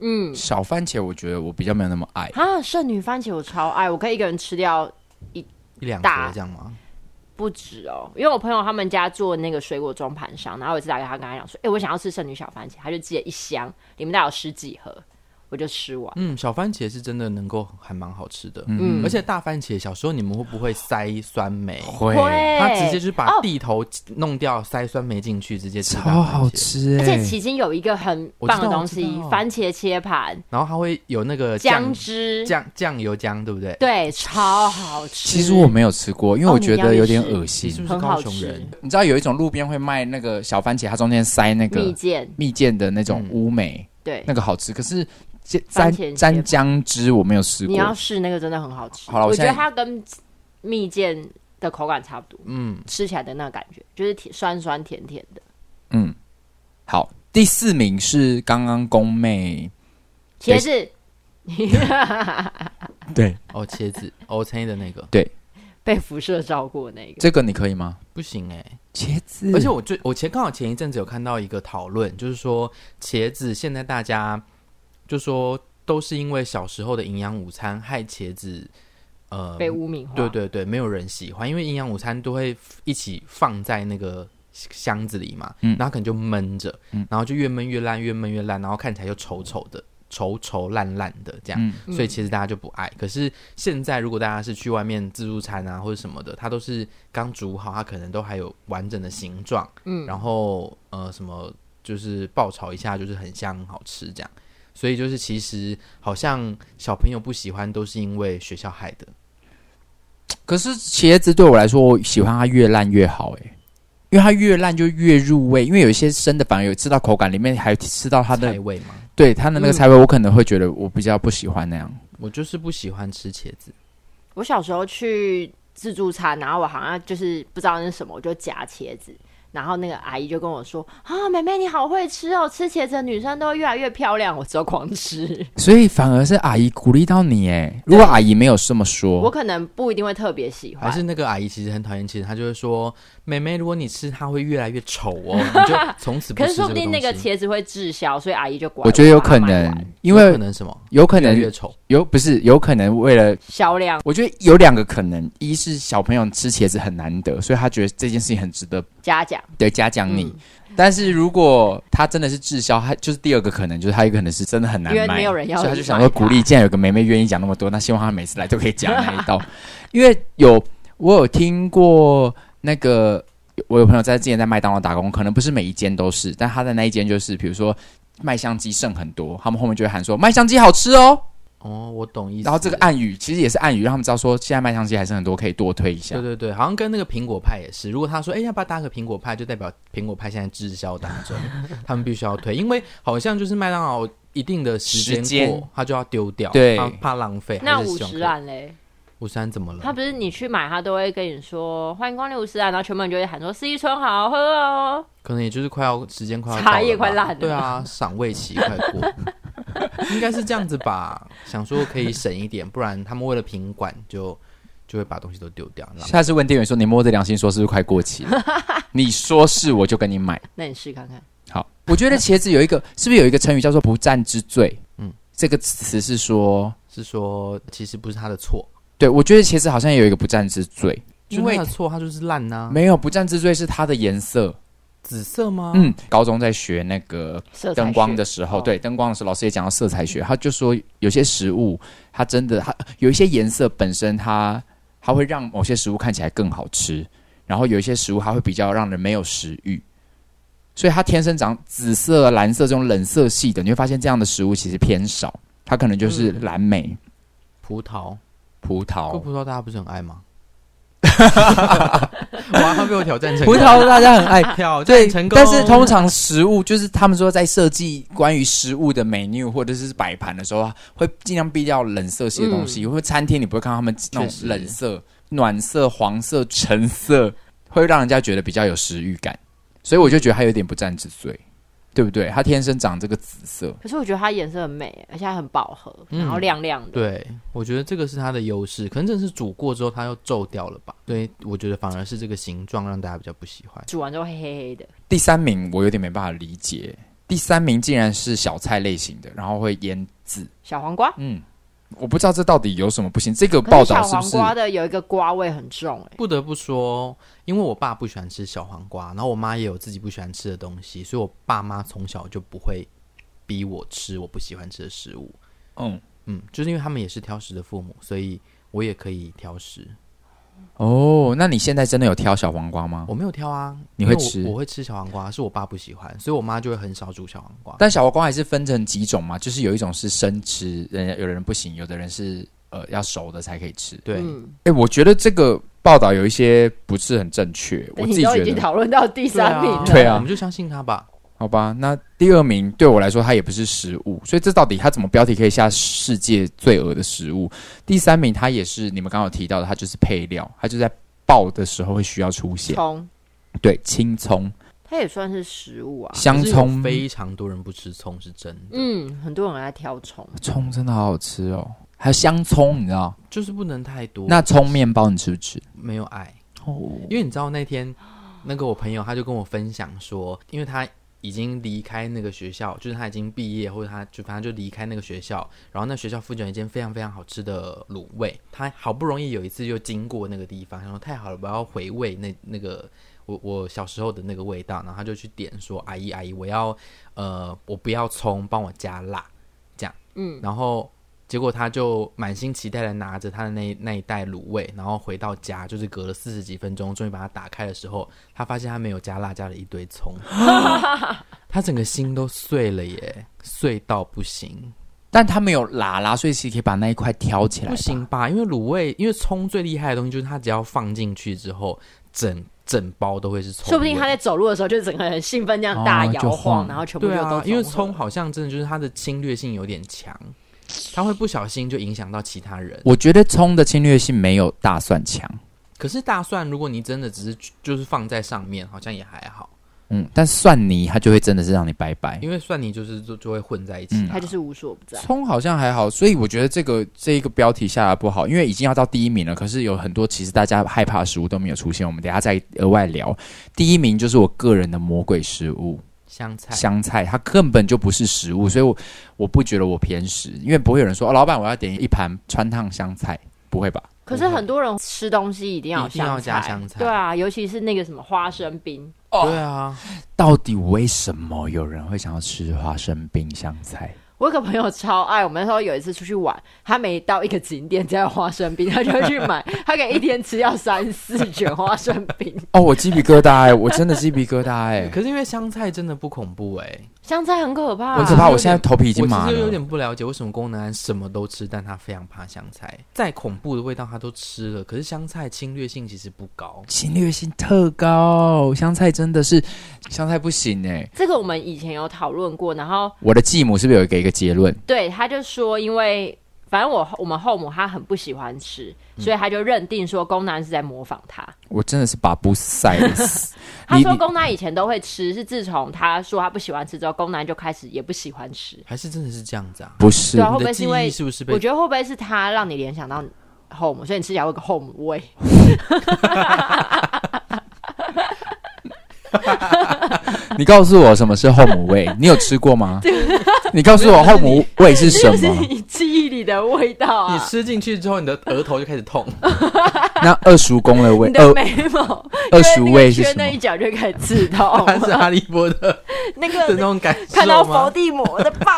S3: 嗯，
S1: 小番茄，我觉得我比较没有那么爱。
S3: 啊，剩女番茄我超爱，我可以一个人吃掉
S2: 一两
S3: 大
S2: 盒这样吗？
S3: 不止哦，因为我朋友他们家做那个水果装盘商，然后我一次打给他，跟他讲说，哎、我想要吃剩女小番茄，他就寄了一箱，里面大概有十几盒，我就吃完，
S2: 嗯，小番茄是真的能够还蛮好吃的，
S3: 嗯
S2: 而且大番茄小时候你们会不会塞酸梅？
S1: 会
S2: 它直接就是把
S3: 哦
S2: 地头弄掉，塞酸梅进去，直接吃大番
S1: 超好
S2: 茄。
S1: 吃、欸，
S3: 而且迄今有一个很
S2: 我知道
S3: 棒的东
S2: 我
S3: 西
S2: 知，道
S3: 番茄切盘
S2: 然后它会有那个
S3: 姜
S2: 酱
S3: 汁，
S2: 酱酱油姜，对不对？
S3: 对，超好吃。
S1: 其实我没有吃过，因为
S3: 哦
S1: 我
S3: 你
S1: 觉
S3: 要
S1: 得
S3: 去
S1: 有点
S3: 试
S1: 恶
S2: 哦你
S1: 心。
S2: 是不是
S3: 很好
S2: 高雄人？
S1: 你知道有一种路边会卖那个小番茄，它中间塞那
S3: 蜜
S1: 个
S3: 饯，
S1: 蜜饯的那种
S2: 嗯
S1: 乌梅，
S3: 对，
S1: 那个好吃。可是这沾
S3: 番茄切
S1: 沾
S3: 法
S1: 姜汁我没有试
S3: 你要
S1: 过。
S3: 试那个真的很好吃。
S1: 好了我
S3: 我觉得
S1: 现在
S3: 它跟蜜饯的口感差不多，
S2: 嗯，
S3: 吃起来的那个感觉就是甜酸酸甜甜的。
S1: 嗯，好，第四名是刚刚宫妹，
S3: 茄子
S1: 对，
S2: 哦，茄子，哦，参与的那个
S3: 被辐射照过那个，
S1: 这个你可以吗？
S2: 不行哎、
S1: 茄子，
S3: 嗯
S2: 而且我最我前刚好前一阵子有看到一个讨论，就是说茄子现在大家就说都是因为小时候的营养午餐害茄子，呃，
S3: 被污名化。
S2: 对对对，没有人喜欢，因为营养午餐都会一起放在那个箱子里嘛，
S1: 嗯
S2: 然后可能就闷着，
S1: 嗯
S2: 然后就越闷越烂，越闷越烂，然后看起来又丑丑的。稠稠烂烂的这样，
S1: 嗯
S2: 所以其实大家就不爱。可是现在如果大家是去外面自助餐啊或者什么的，它都是刚煮好，它可能都还有完整的形状，
S3: 嗯，
S2: 然后呃什么就是爆炒一下，就是很香很好吃这样。所以就是其实好像小朋友不喜欢都是因为学校害的。
S1: 可是茄子对我来说，我喜欢它越烂越好、欸，因为它越烂就越入味。因为有一些生的反而有吃到口感，里面还吃到它的
S2: 菜味嘛，
S1: 对它的那个菜味，我可能会觉得我比较不喜欢那样。
S2: 我就是不喜欢吃茄子。
S3: 我小时候去自助餐，然后我好像就是不知道那是什么，我就夹茄子。然后那个阿姨就跟我说：“啊，妹妹你好会吃哦，吃茄子的女生都会越来越漂亮。”我只有狂吃，
S1: 所以反而是阿姨鼓励到你、欸，如果阿姨没有这么
S3: 我
S1: 说，
S3: 可能不一定会特别喜
S2: 还
S3: 欢。
S2: 是那个阿姨其实很讨厌茄子，她就会说：“妹妹，如果你吃它会越来越丑 哦，你就从此不
S3: 可
S2: 吃
S3: 是
S2: 这
S3: 说
S2: 个东西。”
S3: 不定那个茄子会滞销，所以阿姨就管
S1: 我觉得有可
S3: 把它卖
S1: 能
S3: 完，
S1: 因
S2: 有可
S1: 为
S2: 能什么
S1: 有可
S2: 越来越
S1: 能
S2: 丑，
S1: 有不是有可能为了
S3: 销量
S1: 我觉得有两个可能，一是小朋友吃茄子很难得，所以他觉得这件事情很值得
S3: 嘉奖。
S1: 对嘉奖你。
S3: 嗯
S1: 但是如果他真的是滞销，他就是第二个可能，就是他有可能是真的很难
S3: 因为
S1: 买，
S3: 没有人要
S1: 所以他就想
S3: 买
S1: 说
S3: 它
S1: 鼓励，既然有个妹妹愿意讲那么多，那希望她每次来都可以讲那一 道。因为有我有听过那个，我有朋友在之前在麦当劳打工，可能不是每一间都是，但他的那一间就是，比如说麦香鸡剩很多，他们后面就会喊说麦香鸡好吃哦，
S2: 哦，我懂意思。
S1: 然后这个暗语其实也是暗语，让他们知道说现在麦香鸡还剩很多，可以多推一下
S2: 对。对对，好像跟那个苹果派也是。如果他说：“哎、要不要搭个苹果派？”就代表苹果派现在滞销当 中，他们必须要推，因为好像就是麦当劳一定的时
S1: 时
S2: 间过
S1: 间，
S2: 他就要丢掉，
S1: 对
S2: 怕怕浪费。
S3: 那
S2: 还是
S3: 五
S2: 希望可
S3: 十
S2: 以，
S3: 兰嘞，
S2: 五十安怎么
S3: 他
S2: 了？
S3: 不是你去买，他都会跟你说欢迎光临五十兰，然后全部人就会喊说四季春好好喝哦。
S2: 可能也就是快要时间快要
S3: 茶
S2: 到了
S3: 叶
S2: 吧
S3: 快烂了
S2: 对啊，赏味期快过， 应该是这样子吧？想说可以省一点，不然他们为了品管就就会把东西都丢掉。浪费
S1: 下次问店员说：“你摸着良心说是不是快过期了？”你说是，我就跟你买。
S3: 那你试看看，
S1: 好，我觉得茄子有一个，是不是有一个成语叫做“不战之罪”？嗯，这个词是说，
S2: 是说其实不是他的错，
S1: 对我觉得茄子好像有一个不战之罪，因
S2: 就是
S1: 为
S2: 他的错，他就是烂呐、
S1: 没有不战之罪是它的颜色。
S2: 紫色吗？
S1: 嗯，高中在学那个
S3: 色彩
S1: 灯光的
S3: 学
S1: 时候，
S3: 哦
S1: 对灯光的时候，老师也讲到色彩学，他就说有些食物，它真的，它有一些颜色本身它，它会让某些食物看起来更好吃，然后有一些食物它会比较让人没有食欲，所以它天生长紫色、啊蓝色这种冷色系的，你会发现这样的食物其实偏少，它可能就是
S3: 嗯
S1: 蓝莓、
S2: 葡萄，
S1: 葡
S2: 各
S1: 萄。
S2: 葡萄大家不是很爱吗？ 哇，他被我挑战成
S1: 葡萄大家很爱，
S2: 挑
S1: 对
S2: 战成，功，
S1: 但是通常食物就是他们说在设计关于食物的 menu 或者是摆盘的时候啊，会尽量避掉冷色系的东
S2: 嗯
S1: 西。因为餐厅你不会看到他们那
S2: 确实
S1: 种冷色、暖色、黄色、橙色，会让人家觉得比较有食欲感。所以我就觉得它有点不战之罪，对不对？它天生长这个紫色，
S3: 可是我觉得它颜色很美，而且它很饱和，
S2: 嗯
S3: 然后亮亮的。
S2: 对，我觉得这个是它的优势，可能真的是煮过之后它又皱掉了吧？对，我觉得反而是这个形状让大家比较不喜欢。
S3: 煮完之后黑黑
S2: 嗯
S3: 黑的，
S1: 第三名我有点没办法理解。第三名竟然是小菜类型的，然后会腌制。
S3: 小黄瓜。
S1: 嗯，我不知道这到底有什么不行。这个
S3: 可
S1: 报
S3: 小
S1: 道是不
S3: 黄
S1: 是？
S3: 瓜的有一个瓜味很重、欸，
S2: 不得不说，因为我爸不喜欢吃小黄瓜，然后我妈也有自己不喜欢吃的东西，所以我爸妈从小就不会逼我吃我不喜欢吃的食物。
S1: 嗯，
S2: 嗯，就是因为他们也是挑食的父母，所以我也可以挑食。
S1: 哦，那你现在真的有挑小黄瓜吗？
S2: 我没有挑啊，
S1: 你
S2: 因为
S1: 会
S2: 我
S1: 吃
S2: 我会吃小黄瓜，是我爸不喜欢，所以我妈就会很少煮小黄瓜。
S1: 但小黄瓜还是分成几种嘛，就是有一种是生吃，人家有的人不行，有的人是呃要熟的才可以吃。
S2: 对，
S3: 嗯，
S1: 哎、我觉得这个报道有一些不是很正确，我
S3: 但
S1: 自
S3: 你
S1: 己
S3: 都已
S1: 觉
S3: 经
S1: 得。
S3: 讨论到第三名了，
S1: 对啊
S2: 我们就相信他吧。
S1: 好吧，那第二名对我来说它也不是食物，所以这到底它怎么标题可以下世界最恶的食物？第三名它也是你们刚刚有提到的，它就是配料，它就在爆的时候会需要出
S2: 啊
S1: 现。
S3: 葱，
S1: 对，青葱、
S3: 它也算是食物啊。
S1: 香
S2: 可是有
S1: 葱、
S2: 非常多人不吃葱是真的，
S3: 嗯，很多人爱挑葱，
S1: 葱真的好好吃哦，还有香葱，你知道？
S2: 就是不能太多。
S1: 那葱面包你吃不吃？
S2: 没有爱，
S1: 哦，
S2: 因为你知道那天那个我朋友他就跟我分享说，因为他已经离开那个学校，就是他已经毕业或者他就反正就离开那个学校，然后那学校附近有一间非常非常好吃的卤味，他好不容易有一次就经过那个地方，然后太好了，我要回味那那个。我我小时候的那个味道，然后他就去点说：“阿姨阿姨，我要呃，我不要葱，帮我加辣。”这样，嗯，然后结果他就满心期待的拿着他的那那一袋卤味，然后回到家，就是隔了四十几分钟，终于把它打开的时候，他发现他没有加辣椒的一堆 葱，他整个心都碎了耶，碎到不行，
S1: 但他没有喇喇，所以其实可以把那一块挑起来。
S2: 不行，吧？因为卤味，因为葱最厉害的东西就是它只要放进去之后，整整包都会是葱味，啊
S3: 说不定他在走路的时候就整个人很兴奋，这样大
S1: 哦
S3: 摇
S1: 就
S3: 晃，
S1: 晃
S3: 然后全部就
S2: 对
S3: 都
S2: 啊，因为葱
S3: 合
S2: 好像真的就是它的侵略性有点强，它会不小心就影响到其他人。
S1: 我觉得葱的侵略性没有大蒜强，
S2: 可是大蒜，如果你真的只是就是放在上面，好像也还好，
S1: 嗯，但蒜泥它就会真的是让你拜拜。
S2: 因为蒜泥就是就就会混在一起
S1: 哎嗯
S2: 啦、
S3: 他就是无所不
S2: 啊
S3: 在。
S1: 葱好像还好，所以我觉得这个这一个标题下来不好，因为已经要到第一名了。可是有很多其实大家害怕的食物都没有出现，我们等一下再额外聊。第一名就是我个人的魔鬼食物
S2: 香菜。
S1: 香菜，它根本就不是食物，所以我我不觉得我偏食，因为不会有人说哦，老板我要点一盘川烫香菜，不会吧？
S3: 可是很多人吃东西一定要有
S2: 一定要
S3: 香
S2: 加
S3: 菜，
S2: 香菜
S3: 对啊，尤其是那个什么花生冰，
S2: 对啊，
S1: 到底为什么有人会想要吃花生冰香菜？
S3: 我有个朋友超爱，我们那时候有一次出去玩，他每到一个景点只要有花生冰，他就会去买，他可以一天吃掉三四卷花生冰。
S1: 哦，我鸡皮疙瘩哎、我真的鸡皮疙瘩 哎、
S2: 可是因为香菜真的不恐怖哎、
S3: 香菜很可怕，
S1: 我很可怕，我现在头皮已哎经
S2: 我
S1: 麻
S2: 其实有
S1: 了。
S2: 点不了解为什么功能安什么都吃，但他非常怕香菜，再恐怖的味道他都吃了。可是香菜侵略性其实不高，
S1: 侵略性特高，香菜真的是香菜不行哎、
S3: 这个我们以前有讨论过，然后
S1: 我的继母是不是有给一个结论？
S3: 对他就说，因为反正我我们后母她很不喜欢吃，
S2: 嗯
S3: 所以他就认定说宫南是在模仿他。
S1: 我真的是把不塞 死
S3: 他
S1: 你
S3: 说
S1: 你
S3: 宫南以前都会吃，是自从他说他不喜欢吃之后，宫南就开始也不喜欢吃。
S2: 还是真的是这样子啊？
S1: 不是
S3: 对啊，会
S2: 你
S3: 不
S2: 的
S3: 会是
S2: 记
S3: 因为
S2: 忆是不是被
S3: 我觉得会不会是他让你联想到 home，所以你吃起来会有个 home 味？
S1: 你告诉我什么是后母味？你有吃过 吗？你告诉我后母味是什
S3: 就是
S1: 么？
S3: 你记忆里的味道
S2: 你
S3: 啊！
S2: 吃进去之后，你的额头就开始 痛。
S1: 那二叔公的味
S3: 你，的
S1: 二
S3: 眉毛，
S1: 二叔
S3: 因为那个
S1: 味是
S3: 缺
S1: 什
S3: 那
S1: 么啊
S3: 一？角就开始刺痛，
S2: 他是哈利波特的
S3: 那
S2: 那
S3: 个
S2: 种感受
S3: 哦 看到
S2: 吗
S3: 伏？地魔的疤，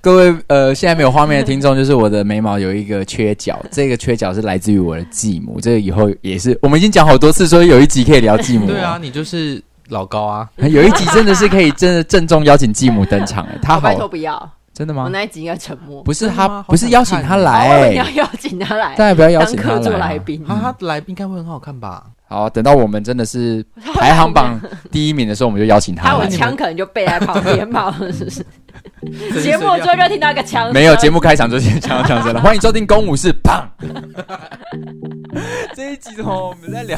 S1: 各位呃，现在没有画面的听众，就是我的眉毛有一个缺 角，这个缺角是来自于我的继母，这个以后也是我们已经讲好多次，说有一集可以聊继母、哦
S2: 对啊，，你就是老高啊，
S1: 有一集真的是可以真的郑重邀请继母登场、 哎，她
S3: 我拜托
S1: 好
S3: 不要，
S1: 真的
S3: 我
S1: 吗？
S3: 那一集应该沉默。
S1: 不是
S2: 真的
S1: 她
S2: 吗，
S1: 不是邀请她来、
S3: 哦我以为你要邀请他来
S1: 大家不要邀
S3: 当
S1: 请她
S3: 客座
S1: 来、
S3: 来
S1: 啊。
S3: 宾，
S2: 啊，他来应该会很好看吧？
S1: 好，等到我们真的是排行榜第一名的时候，我们就邀请
S3: 他
S1: 她
S3: 我
S1: 来。
S3: 枪可能就背在旁边吧。 节目之后就听到一个枪声，
S1: 没有节目开场就先讲讲真了，欢迎收听《公武士》， 砰！这一集哦，我们在聊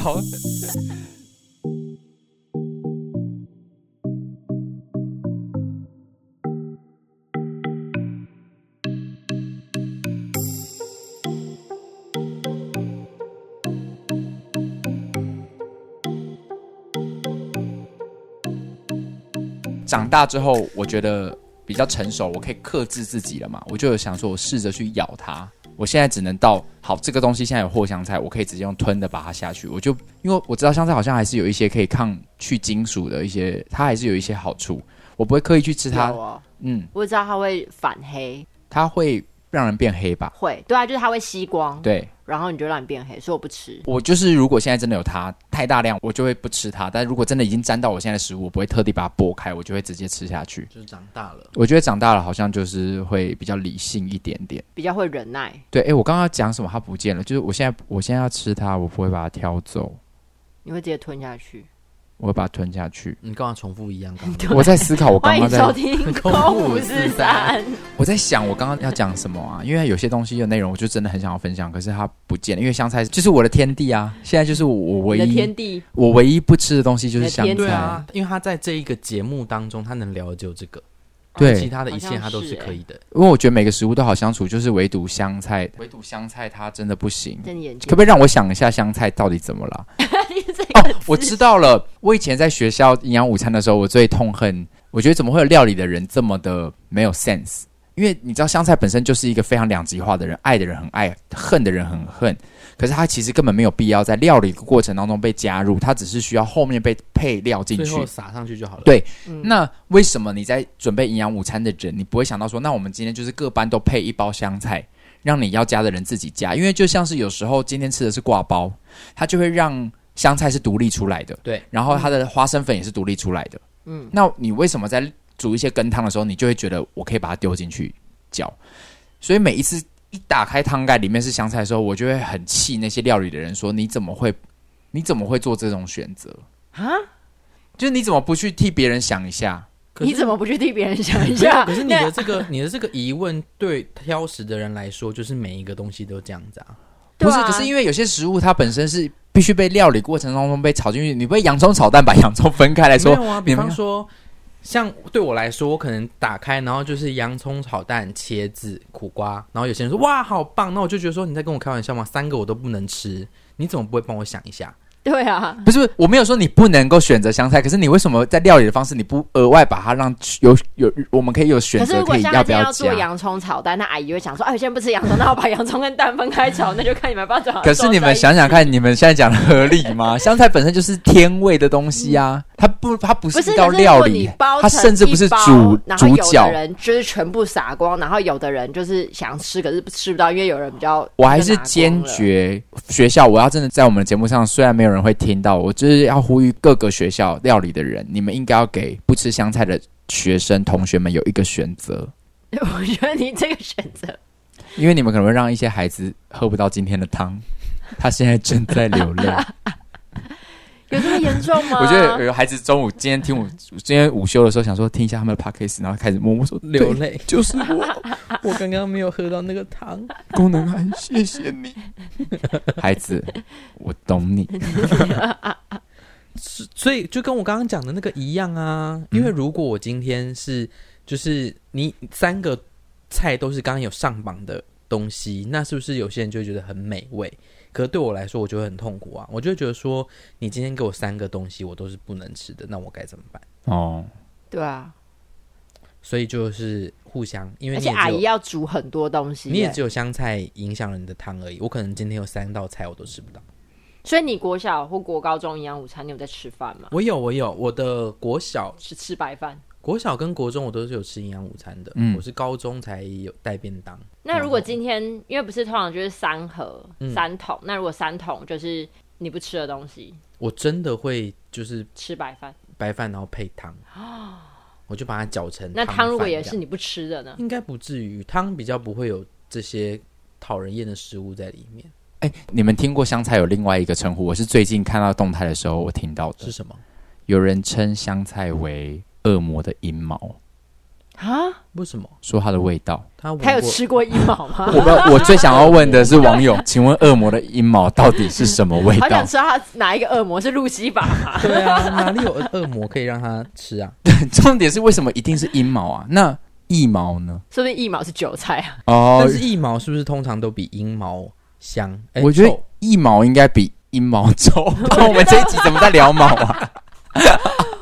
S1: 长大之后，我觉得比较成熟，我可以克制自己了嘛。我就有想说，我试着去咬它。我现在只能到好，这个东西现在有藿香菜，我可以直接用吞的把它下去。我就因为我知道香菜好像还是有一些可以抗去金属的一些，它还是有一些好处。我不会刻意去吃它
S3: 有，哦
S1: 嗯，
S3: 我知道他会反黑，
S1: 它会让人变黑吧？
S3: 会对啊，就是他会吸光，
S1: 对
S3: 然后你就让你变黑，所以我不吃。
S1: 我就是，如果现在真的有它太大量，我就会不吃它。但如果真的已经沾到我现在的食物，我不会特地把它剥开，我就会直接吃下去。
S2: 就是长大了，
S1: 我觉得长大了好像就是会比较理性一点点。
S3: 比较会忍耐。
S1: 对，哎，我刚刚讲什么？它不见了，就是我现在，我现在要吃它，我不会把它挑走，
S3: 你会直接吞下去。
S1: 我会把它吞下去。
S2: 你干嘛重复一样？刚刚
S1: 我在思考，我刚
S3: 欢
S1: 刚
S3: 迎收
S1: 在，
S3: 听《
S2: 空
S3: 空
S2: 五
S3: 五
S2: 四
S3: 四
S2: 三
S3: 三》，
S1: 我在想，我刚刚要讲什么啊？因为有些东西的内容，我就真的很想要分享，可是它不见了，因为香菜就是我的天地啊。现在就是我我唯
S3: 你的天
S1: 一
S3: 地
S1: 我唯一不吃的东西就是香
S3: 你的
S2: 对
S1: 菜，
S3: 天
S2: 啊，因为他在这一个节目当中，他能聊的只有这个，
S1: 对
S2: 其他的一切他都
S3: 好像
S2: 是
S3: 是
S2: 可以的。
S1: 因为我觉得每个食物都好相处，就是唯独香菜，唯独香菜它真的不行。
S3: 真的眼睛
S1: 可不可以让我想一下香菜到底怎么了？
S3: 这 个
S1: 哦，我知道了。我以前在学校营养午餐的时候，我最痛恨，我觉得怎么会有料理的人这么的没有 sense？因为你知道，香菜本身就是一个非常两极化的人，爱的人很爱，恨的人很恨。可是它其实根本没有必要在料理过程当中被加入，它只是需要后面被配料进
S2: 最
S1: 去
S2: 后。撒上去就好了。
S1: 对
S3: 嗯
S1: 那为什么你在准备营养午餐的人，你不会想到说，那我们今天就是各班都配一包香菜，让你要加的人自己加？因为就像是有时候今天吃的是挂包，它就会让香菜是独立出来的，
S2: 对，
S1: 然后它的花生粉也是独立出来的。
S3: 嗯
S1: 嗯，那你为什么在煮一些羹汤的时候，你就会觉得我可以把它丢进去搅？所以每一次一打开汤盖里面是香菜的时候，我就会很气那些料理的人说，你怎么会，你怎么会做这种选择？
S3: 啊，
S1: 就是你怎么不去替别人想一下？
S2: 可是
S3: 你怎么不去替别人想
S2: 没
S3: 一
S2: 有
S3: 下？
S2: 可是你的
S3: 那
S2: 这个你的这个疑问，对挑食的人来说，就是每一个东西都这样子啊。
S1: 不是，
S3: 对啊
S1: 可是因为有些食物它本身是必须被料理过程当中被炒进去，你不会洋葱炒蛋把洋葱分开来
S2: 没
S1: 说
S2: 有啊，
S1: 你
S2: 比
S1: 们
S2: 方说，像对我来说，我可能打开，然后就是洋葱炒蛋、茄子、苦瓜，然后有些人说哇好棒，那我就觉得说你在跟我开玩笑吗？三个我都不能吃，你怎么不会帮我想一下？
S3: 对啊，
S1: 不是，我没有说你不能够选择香菜，可是你为什么在料理的方式你不额外把它让有有我们可以有选
S3: 可是
S1: 择
S3: 如果
S1: 可以
S3: 像
S1: 要
S3: 他
S1: 不
S3: 今天要做
S1: 加？
S3: 洋葱炒蛋，那阿姨会想说：“哎，我现在不吃洋葱，那我把洋葱跟蛋分开炒，那就看你们要不要怎么。”
S1: 可是你们想想看，你们现在讲的合理 吗？香菜本身就是天味的东西啊，它不它不
S3: 不
S1: 是
S3: 是
S1: 一道
S3: 可是
S1: 料
S3: 如果
S1: 理
S3: 你，包
S1: 它
S3: 成
S1: 甚至
S3: 一
S1: 不是
S3: 包
S1: 主
S3: 然后
S1: 主
S3: 有
S1: 角
S3: 的。人就是全部撒光，然后有的人就是想吃，可是吃不到，因为有人比较。
S1: 我还是
S3: 就拿光
S1: 坚
S3: 了
S1: 决学校，我要真的在我们的节目上，虽然没有人会听到，我就是要呼吁各个学校料理的人，你们应该要给不吃香菜的学生同学们有一个选择，
S3: 我觉得你这个选择，
S1: 因为你们可能会让一些孩子喝不到今天的 汤。他现在正在流 泪，
S3: 有这么严重 吗？
S1: 我觉得呃有孩子中午今天听我今天午休的时候，想说听一下他们的 podcast，然后开始默默说
S2: 流，
S1: 对
S2: 泪，
S1: 就是我，
S2: 我刚刚没有喝到那个汤。
S1: 功能涵，谢谢你， 孩子，我懂 你，
S2: 所以就跟我刚刚讲的那个一样啊，因为如果我今天是就是你三个菜都是刚刚有上榜的东西，那是不是有些人就会觉得很美味？可是对我来说，我就会很痛苦啊！我就会觉得说，你今天给我三个东西，我都是不能吃的，那我该怎么办？
S1: 哦，
S3: 对啊，
S2: 所以就是互相，因为
S3: 而
S2: 你
S3: 且
S2: 也
S3: 阿
S2: 只
S3: 姨
S2: 有
S3: 要煮很多东西耶，
S2: 你也只有香菜影响了你的汤而已。我可能今天有三道菜我都吃不到。
S3: 所以你国小或国高中营养午餐，你有在吃饭吗？
S2: 我有，我有，我的国小
S3: 是吃白饭。
S2: 国小跟国中我都是有吃营养午餐的，
S1: 嗯
S2: 我是高中才有带便当。
S3: 那如果今天，因为不是通常就是三盒、
S1: 嗯
S3: 三桶，那如果三桶就是你不吃的东西，
S2: 我真的会就是
S3: 吃白饭，
S2: 白饭然后配 汤，我就把它搅成
S3: 那汤如果
S2: 饭
S3: 也
S2: 这
S3: 是
S2: 样，
S3: 你不吃的呢？
S2: 应该不至于汤比较不会有这些讨人厌的食物在里面，
S1: 哎、你们听过香菜有另外一个称呼？我是最近看到动态的时候，我听到的
S2: 是，什么？
S1: 有人称香菜为恶魔的阴毛，
S3: 啊，
S2: 为什么
S1: 说它的味道。
S2: 他
S3: 他有
S2: 闻过
S3: 吃过阴毛吗
S1: 我？不知道，我最想要问的是网友，请问恶魔的阴毛到底是什么味
S3: 好
S1: 道
S3: 想？知道他哪一个恶魔是路西法 吗？
S2: 对啊，哪里有恶恶魔可以让他吃啊？
S1: 重点是为什么一定是阴毛啊？那腋毛呢？
S3: 说不定一毛是韭菜啊，
S1: 哦
S2: 但，是腋毛是不是通常都比阴毛香？哎
S1: 我觉得
S2: 臭
S1: 腋毛应该比阴毛臭。那我们这一集怎么在聊毛啊？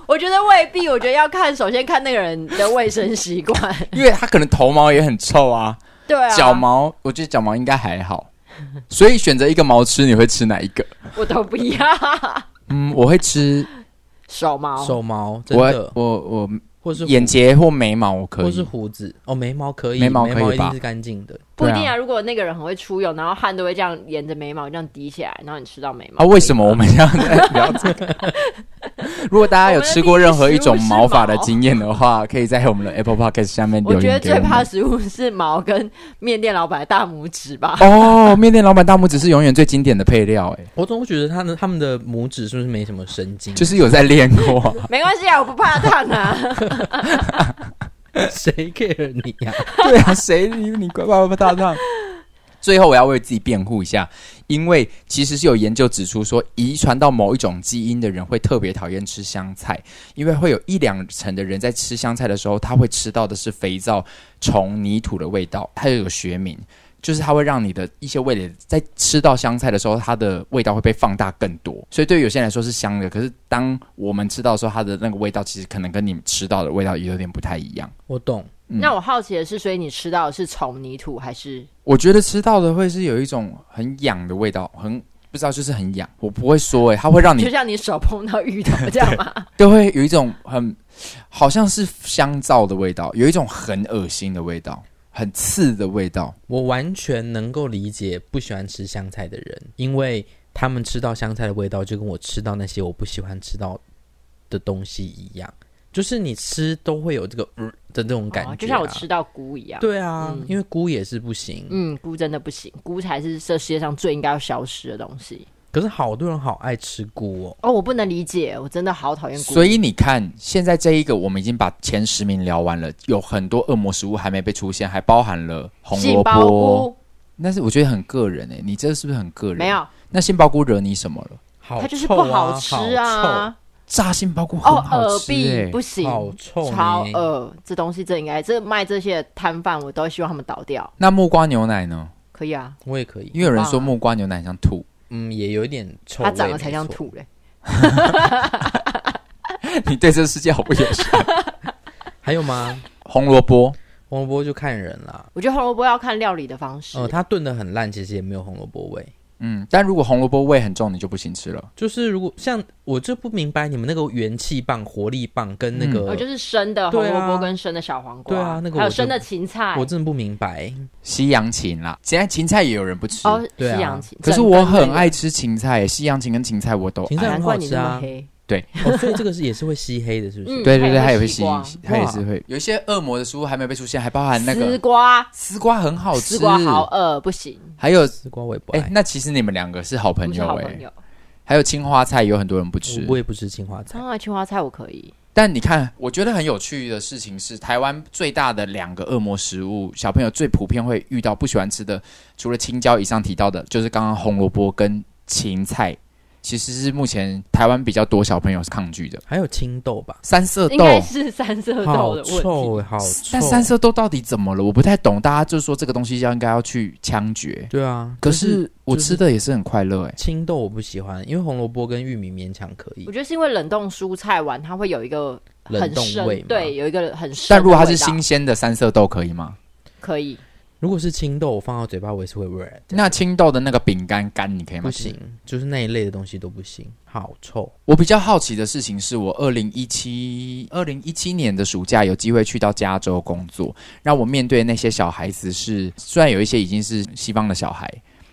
S3: 我觉得未必，我觉得要看，首先看那个人的卫生习惯，
S1: 因为他可能头毛也很臭啊，
S3: 对啊，
S1: 脚毛，我觉得脚毛应该还好。所以选择一个毛吃，你会吃哪一个？
S3: 我都不要，
S1: 嗯，我会吃
S3: 手毛，
S2: 手毛真
S1: 我
S2: 的，
S1: 我我
S2: 或是胡
S1: 眼睫或眉毛我可
S2: 或是
S1: 以，
S2: 胡子哦，眉毛可以，
S1: 眉
S2: 眉
S1: 毛可以
S2: 一
S1: 吧
S2: 定是干净的。
S3: 不一定
S1: 对
S3: 啊。
S1: 啊
S3: 如果那个人很会出油，然后汗都会这样沿着眉毛这样滴起来，然后你吃到眉毛
S1: 啊，为什么我们要在聊这个？如果大家有吃过任何一种毛发的经验的话，可以在我们的 Apple Podcast 下面
S3: 我
S1: 留
S3: 觉得
S1: 言给
S3: 最
S1: 我
S3: 怕
S1: 们。
S3: 食物是毛跟面店老板的大拇指 吧。
S1: 哦，面店老板大拇指是永远最经典的配料、哎，
S2: 我总觉得他的他们的拇指是不是没什么神经？
S1: 就是有在练过啊、
S3: 没关系啊，我不怕烫啊。
S2: 谁 care 你呀、
S1: 对啊，谁理你乖乖大烫？最后，我要为自己辩护一下，因为其实是有研究指出说，遗传到某一种基因的人会特别讨厌吃香菜，因为会有一两成的人在吃香菜的时候，他会吃到的是肥皂、虫、泥土的味道，它又有学名，就是它会让你的一些味蕾在吃到香菜的时候，它的味道会被放大更多。所以对于有些人来说是香的，可是当我们吃到的时候，它的那个味道其实可能跟你们吃到的味道也有点不太一样。
S2: 我懂，
S1: 嗯
S3: 那我好奇的是，所以你吃到的是虫泥土还是？
S1: 我觉得吃到的会是有一种很痒的味道，很不知道就是很痒，我不会说哎、它会让
S3: 就
S1: 你
S3: 像你手碰到芋头这样吗？
S1: 都会有一种很好像是香皂的味道，有一种很恶心的味道，很刺的味道。
S2: 我完全能够理解不喜欢吃香菜的人，因为他们吃到香菜的味道，就跟我吃到那些我不喜欢吃到的东西一样，就是你吃都会有这个、嗯、的那种感觉、
S3: 哦就像我吃。到菇一样。，
S2: 对啊，
S3: 嗯
S2: 因为菇也是不行，
S3: 嗯，菇真的不行，菇才是这世界上最应该要消失的东西。
S2: 可是好多人好爱吃菇哦。
S3: 哦，我不能理解，我真的好讨厌菇。
S1: 所以你看，现在这一个我们已经把前十名聊完了，有很多恶魔食物还没被出现，还包含了红
S3: 杏
S1: 萝
S3: 鲍
S1: 卜。
S3: 菇
S1: 但是我觉得很个人哎、你这是不是很个人？
S3: 没，有，
S1: 那杏鲍菇惹你什么了？
S2: 好臭啊、
S3: 它就是不好吃
S2: 好
S3: 啊。
S1: 炸杏鲍菇很
S3: 哦，
S1: 好
S3: 耳
S1: 吃、欸
S3: 壁不
S2: 臭，
S3: 行，
S2: 好臭，
S3: 超。恶，这东西真应该，这卖这些的摊贩我都希望他们倒掉。
S1: 那木瓜牛奶呢？
S3: 可以啊，
S2: 我也可以，
S1: 因为有人说
S3: 很棒啊
S1: 木瓜牛奶像吐，
S2: 嗯，也有一点臭味，
S3: 它长得才像
S2: 没错。
S3: 土嘞。欸
S1: 你对这个世界好不友 善。
S2: 还有吗？
S1: 红萝卜，
S2: 红萝卜就看人啦。
S3: 我觉得红萝卜要看料理的方式
S2: 呃，，它炖的很烂，其实也没有红萝卜味。
S1: 嗯，但如果红萝卜味很重，你就不行吃了。
S2: 就是如果像我就不明白你们那个元气棒、活力棒跟那个，
S3: 哦，就是生的红
S2: 对啊
S3: 萝卜跟生的小黄瓜，
S2: 对啊那个我
S3: 还有
S2: 就
S3: 生的芹菜
S2: 我。真的不明白。
S3: 嗯
S1: 西洋芹啦，现在芹菜也有人不吃，
S3: 哦，西
S2: 对啊
S3: 洋芹。
S1: 可是
S3: 整
S1: 我
S3: 根的
S1: 很爱吃芹菜，西洋芹跟芹菜我都
S2: 芹
S1: 爱。
S2: 菜
S3: 难
S2: 很好
S3: 怪你
S2: 吃
S3: 那么
S2: 啊，
S3: 黑。
S2: 哦，所以这个是也是会吸黑的，是不是？
S3: 嗯
S1: 对对对，它
S3: 它
S1: 也
S3: 也
S1: 会
S3: 会
S1: 吸
S3: 吸光，
S1: 它也是会。有一些恶魔的食物还没被出现，还包含那
S3: 丝
S1: 个
S3: 瓜，
S1: 丝瓜很好吃，
S3: 丝瓜好饿，不行，
S1: 还有
S2: 丝瓜我也不
S1: 哎、
S2: 爱，
S1: 那其实你们两个是好
S3: 我
S1: 朋
S3: 们是
S1: 友
S3: 好
S1: 哎、
S3: 朋友。
S1: 还有青花菜，有很多人不吃
S2: 我。我也不吃青花菜。
S3: 窗外青花菜我可以，
S1: 但你看，我觉得很有趣的事情是，台湾最大的两个恶魔食物，小朋友最普遍会遇到不喜欢吃的，除了青椒以上提到的，就是刚刚红萝卜跟芹菜，其实是目前台湾比较多小朋友是抗拒的。
S2: 还有青豆吧，
S1: 三色
S3: 应
S1: 豆，欸
S3: 该是三色豆
S2: 好
S3: 的问
S2: 臭
S3: 题。
S2: 哎，好臭。
S1: 但三色豆到底怎么了？我不太懂，大家就说这个东西要应该要去枪决，
S2: 对啊，
S1: 可
S2: 就是
S1: 我吃的也是很快乐哎、
S2: 青豆我不喜欢，因为红萝卜跟玉米勉强可以
S3: 我，觉得是因为冷冻蔬菜丸，它会有一个
S2: 冷
S3: 很
S2: 冻
S3: 深
S2: 味嘛，
S3: 对，，有一个很深。
S1: 但如果它是，新鲜的三色豆，可以吗？
S3: 可以，
S2: 如果是青豆，我放到嘴巴我也是会 red，
S1: 那青豆的那个饼干干，你可以吗？
S2: 不行，就是那一类的东西都不行，好臭。
S1: 我比较好奇的事情是我二零一七二零一七年的暑假有机会去到加州工作，让我面对那些小孩子是虽然有一些已经是西方的小孩，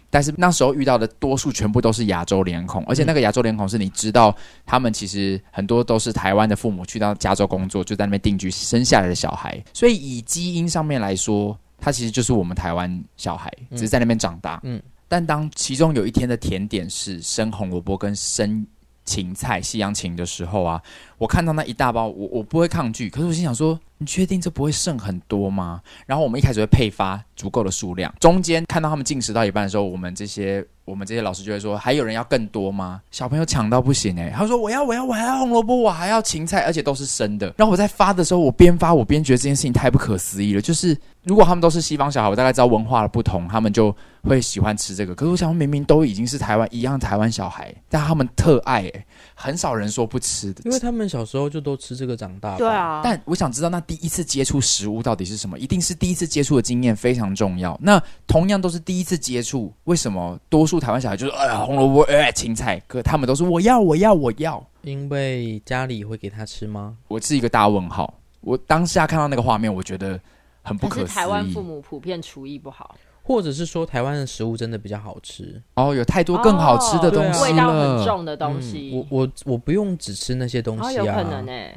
S1: 但是那时候遇到的多数全部都是亚洲脸孔，而且那个亚洲脸孔是你知道他们其实很多都是台湾的父母去到加州工作，就在那边定居生下来的小孩，所以以基因上面来说，他其实就是我们台湾小孩，只是在那边长大。
S2: 嗯
S1: 但当其中有一天的甜点是生红萝卜跟生芹菜、西洋芹的时候啊，我看到那一大包，我我不会抗拒，可是我心想说，你确定这不会剩很多吗？然后我们一开始会配发足够的数量，中间看到他们进食到一半的时候，我们这些我们这些老师就会说，还有人要更多吗？小朋友抢到不行哎、他说我要我要我还要红萝卜，我还要芹菜，而且都是生的。然后我在发的时候，我边发我边觉得这件事情太不可思议了，就是如果他们都是西方小孩，我大概知道文化的不同，他们就会喜欢吃这个。可是我想，明明都已经是台湾一样台湾小孩，但他们特爱、欸，很少人说不吃的
S2: 因。为他们小时候就都吃这个长大吧。
S3: 对啊。
S1: 但我想知道，那第一次接触食物到底是什么？一定是第一次接触的经验非常重要。那同样都是第一次接触，为什么多数台湾小孩就是哎呀红萝卜哎芹菜，可他们都是我要我要我要？
S2: 因为家里会给他吃吗？
S1: 我是一个大问号。我当下看到那个画面，我觉得很不
S3: 还
S1: 可思
S3: 是
S1: 议。
S3: 台湾父母普遍厨艺不好，
S2: 或者是说台湾的食物真的比较好吃？
S1: 哦，有太多更好吃的东
S3: 哦
S1: 西
S3: 味道很
S1: 了。嗯
S3: 重的东西，
S2: 嗯我我我不用只吃那些东
S3: 哦，
S2: 西
S3: 有
S2: 啊，
S3: 可能哎，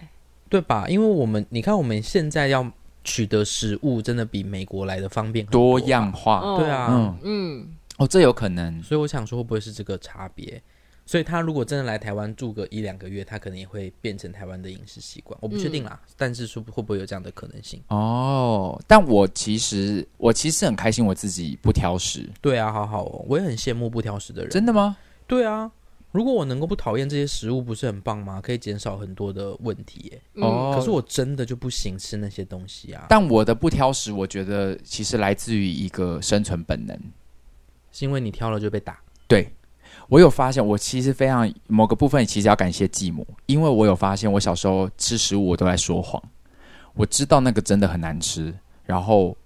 S2: 对吧？因为我们你看我们现在要取得食物，真的比美国来的方便很
S1: 多，样化，
S3: 嗯
S2: 对，啊，
S1: 嗯，
S3: 嗯，
S1: 哦，这有可能。
S2: 所以我想说会不会是这个差别？所以他如果真的来台湾住个一两个月，他可能也会变成台湾的饮食习惯，我不确定
S1: 嗯
S2: 啦。但是说会不会有这样的可能性？
S1: 哦，但我其实我其实很开心，我自己不挑食。
S2: 对啊，好好哦，我也很羡慕不挑食的人。
S1: 真的吗？
S2: 对啊，如果我能够不讨厌这些食物，不是很棒吗？可以减少很多的问题耶。
S3: 嗯
S1: 哦，
S2: 可是我真的就不行吃那些东西啊，
S1: 但我的不挑食，我觉得其实来自于一个生存本能。
S2: 是因为你挑了就被打。
S1: 对我有发现，我其实非常某个部分其实要感谢继母，因为我有发现我小时候吃食物我都在说谎。我知道那个真的很难吃，然后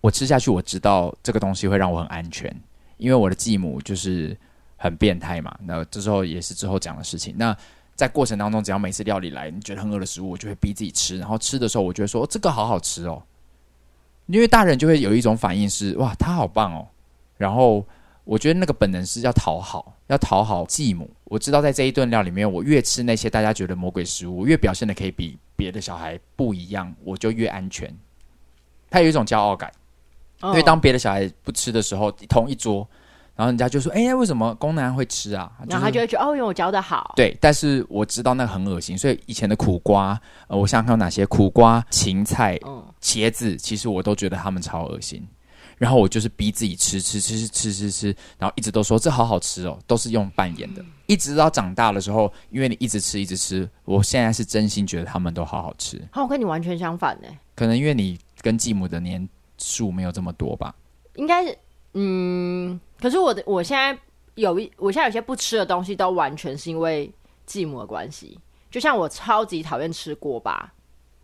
S1: 我吃下去，我知道这个东西会让我很安全，因为我的继母就是很变态嘛。那这时候也是之后讲的事情。那在过程当中，只要每次料理来，你觉得很饿的食物，我就会逼自己吃。然后吃的时候，我就会说、哦这个好好吃哦，因为大人就会有一种反应是哇，它好棒哦。然后我觉得那个本能是要讨好，要讨好继母。我知道在这一顿料里面，我越吃那些大家觉得魔鬼食物，我越表现的可以比别的小孩不一样，我就越安全。他有一种骄傲感，因
S3: 嗯哦
S1: 为当别的小孩不吃的时候，同一桌，然后人家就说：“哎、为什么公男会吃啊？”
S3: 然后
S1: 是
S3: 他就会觉得哦，因为我教的好，
S1: 对，但是我知道那很恶心，所以以前的苦瓜，呃，我想想看有哪些苦瓜、芹菜、
S3: 嗯，
S1: 茄子，其实我都觉得他们超恶心。然后我就是逼自己吃吃吃吃吃吃，然后一直都说这好好吃哦，都是用扮演
S3: 嗯
S1: 的。一直到长大的时候，因为你一直吃一直吃，我现在是真心觉得他们都好好吃。
S3: 哦好，我跟你完全相反呢，欸
S1: 可能因为你跟继母的年数没有这么多吧。
S3: 应该是嗯，可是我的我现在有一，我现在有些不吃的东西都完全是因为继母的关系，就像我超级讨厌吃锅巴，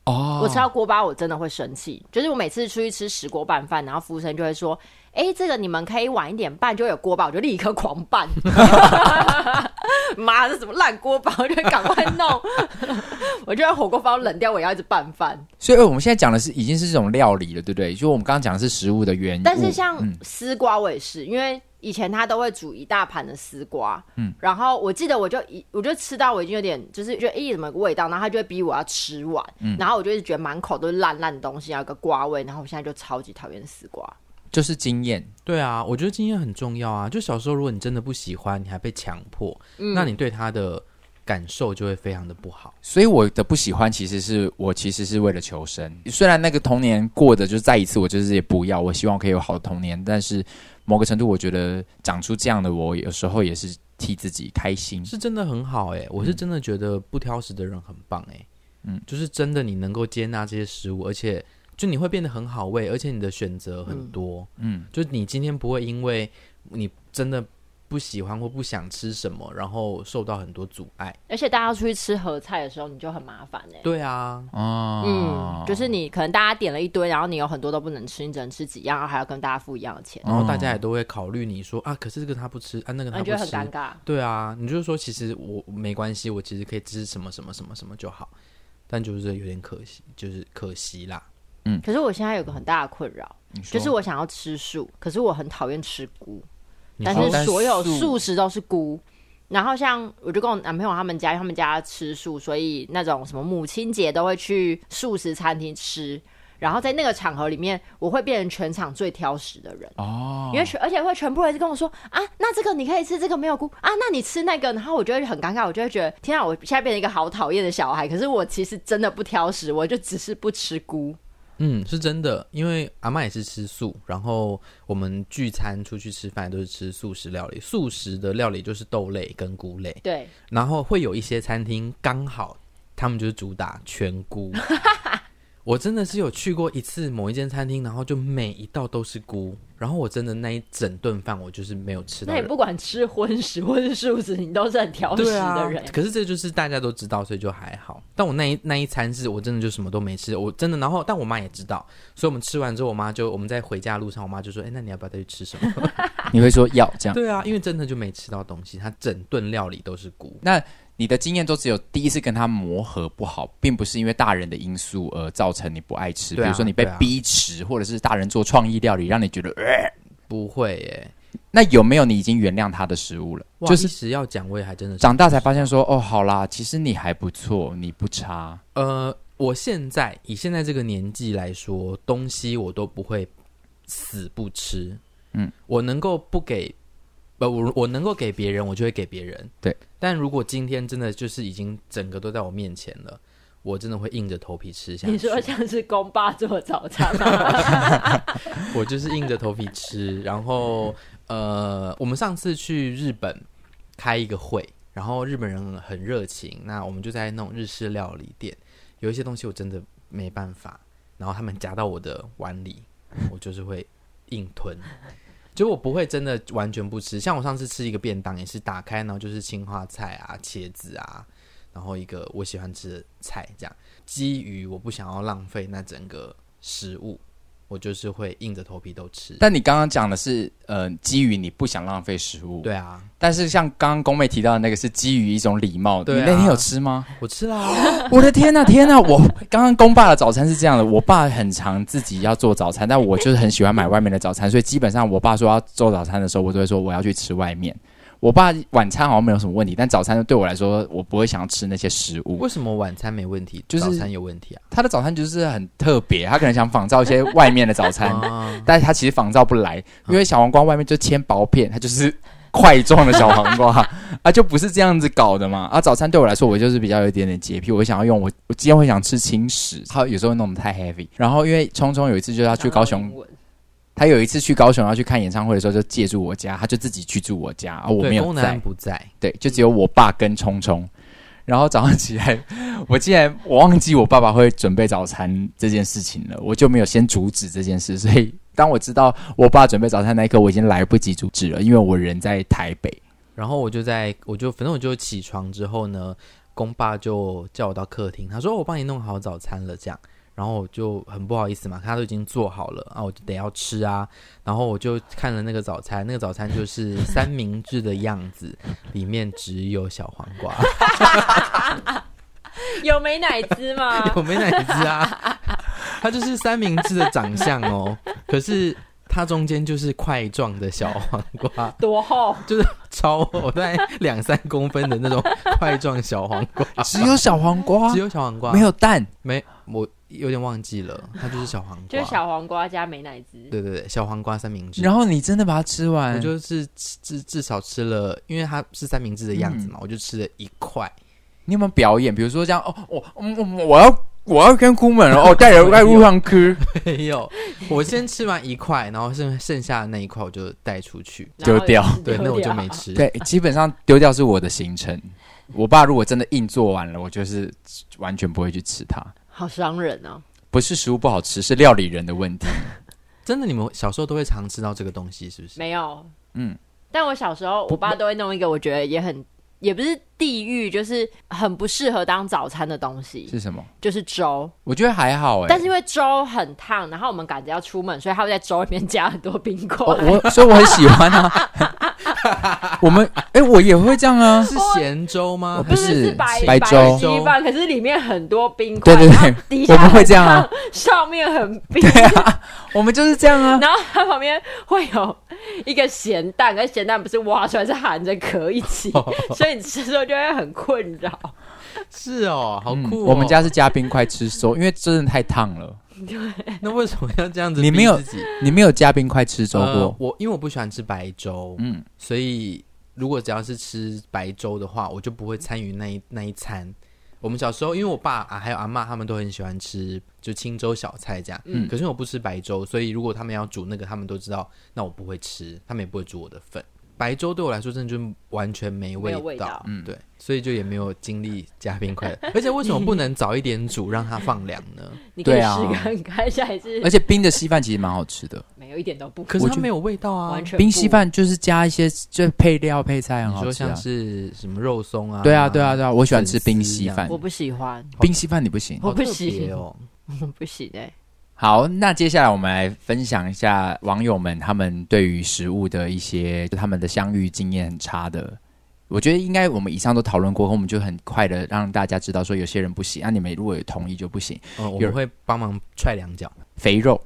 S1: 哦
S3: 我吃到锅巴我真的会生气，就是我每次出去吃石锅拌饭，然后服务生就会说：“哎、这个你们可以晚一点拌，就会有锅巴。”我就立刻狂拌， 妈，这什么烂锅巴，我就赶快弄， 我就让火锅包冷掉，我也要一直拌饭。
S1: 所以我们现在讲的是已经是这种料理了，对不对？就我们刚刚讲的是食物的
S2: 嗯
S1: 嗯原因。
S3: 但是像丝瓜，我也是，因为以前他都会煮一大盘的丝瓜，嗯，然后我记得我就一我就吃到我已经有点就是觉得咦怎么有个味道，然后他就会逼我要吃完，
S2: 嗯
S3: 然后我就一直觉得满口都是烂烂的东西，还有个瓜味，然后我现在就超级讨厌丝瓜。
S1: 就是经验，
S2: 对啊，我觉得经验很重要啊。就小时候，如果你真的不喜欢，你还被强迫，那你对他的感受就会非常的不好。
S1: 所以我的不喜欢其实是我其实是为了求生。虽然那个童年过的就是再一次，我就是也不要，我希望我可以有好的童年，但是某个程度，我觉得长出这样的我，有时候也是替自己开心。
S2: 是真的很好哎、我是真的觉得不挑食的人很棒哎、嗯，就是真的你能够接纳这些食物，而且就你会变得很好味，而且你的选择很多，嗯，就是你今天不会因为你真的不喜欢或不想吃什么，然后受到很多阻碍。
S3: 而且大家出去吃合菜的时候，你就很麻烦哎、
S2: 对啊，
S1: 哦，
S3: 嗯，就是你可能大家点了一堆，然后你有很多都不能吃，你只能吃几样，然后还要跟大家付一样的钱，
S2: 然后大家也都会考虑你说、啊，可是这个他不吃啊，哦那个他
S3: 那你
S2: 不
S3: 觉得很尴
S2: 吃。
S3: 尬。
S2: 对啊，你就是说，其实我没关系，我其实可以吃什么什么什么什么就好，但就是有点可惜，就是可惜啦。
S3: 可是我现在有个很大的困扰，
S2: 哦
S1: 你说
S3: 就是我想要吃素，可是我很讨厌吃菇，
S2: 你
S3: 但
S1: 说
S3: 是所有
S1: 但素
S3: 素食都是菇。然后像我就跟我男朋友他们家，因为他们家吃素，所以那种什么母亲节都会去素食餐厅吃。然后在那个场合里面，我会变成全场最挑食的人，
S1: 哦
S3: 因为全而且会全部人一直跟我说啊，那这个你可以吃，这个没有菇啊，那你吃那个，然后我就会很尴尬，我就会觉得天啊，我现在变成一个好讨厌的小孩。可是我其实真的不挑食，我就只是不吃菇。
S2: 嗯，是真的，因为阿妈也是吃素，然后我们聚餐出去吃饭都是吃素食料理，素食的料理就是豆类跟菇类，
S3: 对，
S2: 然后会有一些餐厅刚好他们就是主打全 菇。我真的是有去过一次某一间餐厅，然后就每一道都是菇，然后我真的那一整顿饭我就是没有吃到
S3: 那你
S2: 任。
S3: 不管吃荤食或是素食，你都是很挑食
S2: 对
S3: 的
S2: 啊
S3: 人。，
S2: 可是这就是大家都知道，所以就还好。但我那一那一餐是我真的就什么都没吃，我真的。然后，但我妈也知道，所以我们吃完之后，我妈就我们在回家的路上，我妈就说：“哎、那你要不要再去吃什么
S1: 你会说要这？”样。
S2: 对啊，因为真的就没吃到东西，她整顿料理都是菇。
S1: 那你的经验都只有第一次跟他磨合不好，并不是因为大人的因素而造成你不爱吃，
S2: 对啊
S1: 比如说你被
S2: 对啊
S1: 逼吃，或者是大人做创意料理让你觉得，呃、
S2: 不会耶、
S1: 那有没有你已经原谅他的食物了？
S2: 哇
S1: 就是
S2: 一时要讲，我也还真的是
S1: 长大才发现说，哦，好啦，其实你还不错，你不差。
S2: 呃，我现在以现在这个年纪来说，东西我都不会死不吃。
S1: 嗯，
S2: 我能够不给，呃，我我能够给别人，我就会给别人。
S1: 对，
S2: 但如果今天真的就是已经整个都在我面前了，我真的会硬着头皮吃下去。
S3: 你说像是公爸做早餐啊吗？
S2: 我就是硬着头皮吃。然后呃，我们上次去日本开一个会，然后日本人很热情，那我们就在那种日式料理店，有一些东西我真的没办法，然后他们夹到我的碗里，我就是会硬吞。 就我不会真的完全不吃，像我上次吃一个便当也是打开，然后就是青花菜啊、茄子啊，然后一个我喜欢吃的菜，这样基于我不想要浪费那整个食物，我就是会硬着头皮都吃。
S1: 但你刚刚讲的是，呃，基于你不想浪费食物，
S2: 对。啊，
S1: 但是像刚刚宫妹提到的那个，是基于一种礼貌。
S2: 对啊
S1: 你那天有吃吗？
S2: 我吃啊啦，
S1: 我的天呐、天呐、我刚刚公爸的早餐是这样的，我爸很常自己要做早餐，但我就是很喜欢买外面的早餐，所以基本上我爸说要做早餐的时候，我都会说我要去吃外面。我爸晚餐好像没有什么问题，但早餐对我来说，我不会想要吃那些食物。
S2: 为什么晚餐没问题，
S1: 就是
S2: 早餐有问题啊？
S1: 他的早餐就是很特别，他可能想仿照一些外面的早 餐，
S2: 啊，
S1: 但是他其实仿照不来，
S2: 嗯
S1: 因为小黄瓜外面就切薄片，它就是 块状的小黄瓜 啊，就不是这样子搞的嘛。啊，早餐对我来说，我就是比较有一点点洁癖，我想要用我我今天会想吃轻食，他有时候弄得太 heavy。然后因为聪聪有一次就是他去高
S2: 嗯
S1: 雄，他有一次去高雄要去看演唱会的时候，就借住我家，他就自己去住我家，啊，我没
S2: 对，
S1: 有
S2: 宫南
S1: 在，
S2: 不在，
S1: 对，就只有我爸跟聪聪。然后早上起来， 我竟然我忘记我爸爸会准备早餐这件事情了，我就没有先阻止这件事。所以当我知道我爸准备早餐那一刻，我已经来不及阻止了，因为我人在台北。
S2: 然后我就在，我就反正我就起床之后呢，公爸就叫我到客厅，他说哦我帮你弄好早餐了这样。然后我就很不好意思嘛，他都已经做好了啊，我就得要吃啊。然后我就看了那个早餐，那个早餐 就是三明治的样子，里面只有小黄瓜，
S3: 有美乃滋吗？
S2: 我没奶汁啊。它就是三明治的长相哦，可是它中间就是块状的小黄瓜，
S3: 多厚？
S2: 就是超厚，大概两三公分的那种块状小 黄瓜，
S1: 只有小黄瓜
S2: 啊只，有小黄瓜，
S1: 啊没有蛋。
S2: 没，我有点忘记了，它就是小黄瓜，
S3: 就是小黄瓜加美乃滋。
S2: 对对对，小黄瓜三明治。
S1: 然后你真的把它吃
S2: 我
S1: 完，
S2: 就是吃至至少吃了，因为它是三明治的样
S1: 嗯
S2: 子嘛，我就吃了一块。
S1: 你有没有表演？比如说这样，哦，我、嗯嗯我 要我要跟姑们了，哦，带人在路上吃，
S2: 没 有，我先吃完一块，然后剩剩下的那一块我就带出去。
S3: 然后
S1: 丢掉
S2: 对，那我就
S3: 丢
S2: 没
S3: 掉
S2: 吃。
S1: 对，基本上丢掉是我的行程。我爸如果真的硬做完了，我就是完全不会去吃它。
S3: 好伤人哦。
S1: 不是食物不好吃，是料理人的问 题。
S2: 真的，你们小时候都会常吃到这个东西，是不是？
S3: 没有，
S1: 嗯，
S3: 但我小时候，我爸都会弄一个我觉得也很也不是地狱，就是很不适合当早餐的东西，
S1: 是什么？
S3: 就是粥。
S1: 我觉得还好哎、
S3: 但是因为粥很烫，然后我们赶着要出门，所以他会在粥里面加很多冰
S1: 我
S3: 块。
S1: 我所以我很喜欢啊。 我们哎、我也会这样啊。
S2: 是咸粥
S1: 我
S2: 吗？
S1: 不
S3: 不
S1: 是
S3: 是白
S1: 白粥
S3: 稀饭，可是里面很多冰块，
S1: 对对对
S3: 然后底下
S1: 我们会这样啊
S3: 很烫， 上面很冰，
S1: 我们就是这样啊。
S3: 然后它旁边会有一个咸蛋，可是咸蛋不是挖出来，是含着壳一起，
S1: 哦
S3: 所以你吃的时候就会很困扰。
S2: 是哦，好
S1: 嗯
S2: 酷、哦
S1: 我们家是加冰块吃粥，因为真的太烫了。
S2: 那为什么要这样子？
S1: 你没有
S2: 自己
S1: 你没有加冰块吃粥过？
S2: 呃我因为我不喜欢吃白粥，
S1: 嗯，
S2: 所以如果只要是吃白粥的话，我就不会参与那一那一餐。我们小时候，因为我爸啊还有阿嬷他们都很喜欢吃就清粥小菜这样，
S1: 嗯
S2: 可是我不吃白粥，所以如果他们要煮那个，他们都知道，那我不会吃，他们也不会煮我的份。白粥对我来说真的就完全没
S3: 没
S2: 味
S3: 有味道
S2: 嗯，对，所以就也没有精力加冰块。而且为什么不能早一点煮让它放凉呢？
S3: 你可以
S1: 对啊
S3: 试看看，下一
S2: 呃
S3: 次
S1: 而且冰的稀饭其实蛮好吃的，
S3: 没有一点都不
S2: 可是
S1: 我
S2: 它
S1: 觉得
S2: 没有味道啊，
S3: 完全
S1: 冰
S3: 不
S1: 稀饭就是加一些就是配料配菜很
S2: 你
S1: 好
S2: 说
S1: 吃、啊
S2: 像。是什么肉松啊？
S1: 对啊对啊对啊，我喜欢吃冰稀
S2: 粉丝
S1: 饭
S2: 啊，
S3: 我不喜欢，
S1: 冰稀饭你不行。
S3: 我
S2: 好特
S3: 不
S2: 别
S3: 喜
S2: 哦。
S1: 嗯
S3: 我不行哎、
S1: 好，那接下来我们来分享一下网友们他们对于食物的一些就他们的相遇经验很差的。我觉得应该我们以上都讨论过后，我们就很快的让大家知道说有些人不行，那、啊你们如果有同意就不行。
S2: 嗯，我
S1: 有
S2: 们会帮忙踹两脚，
S1: 肥肉，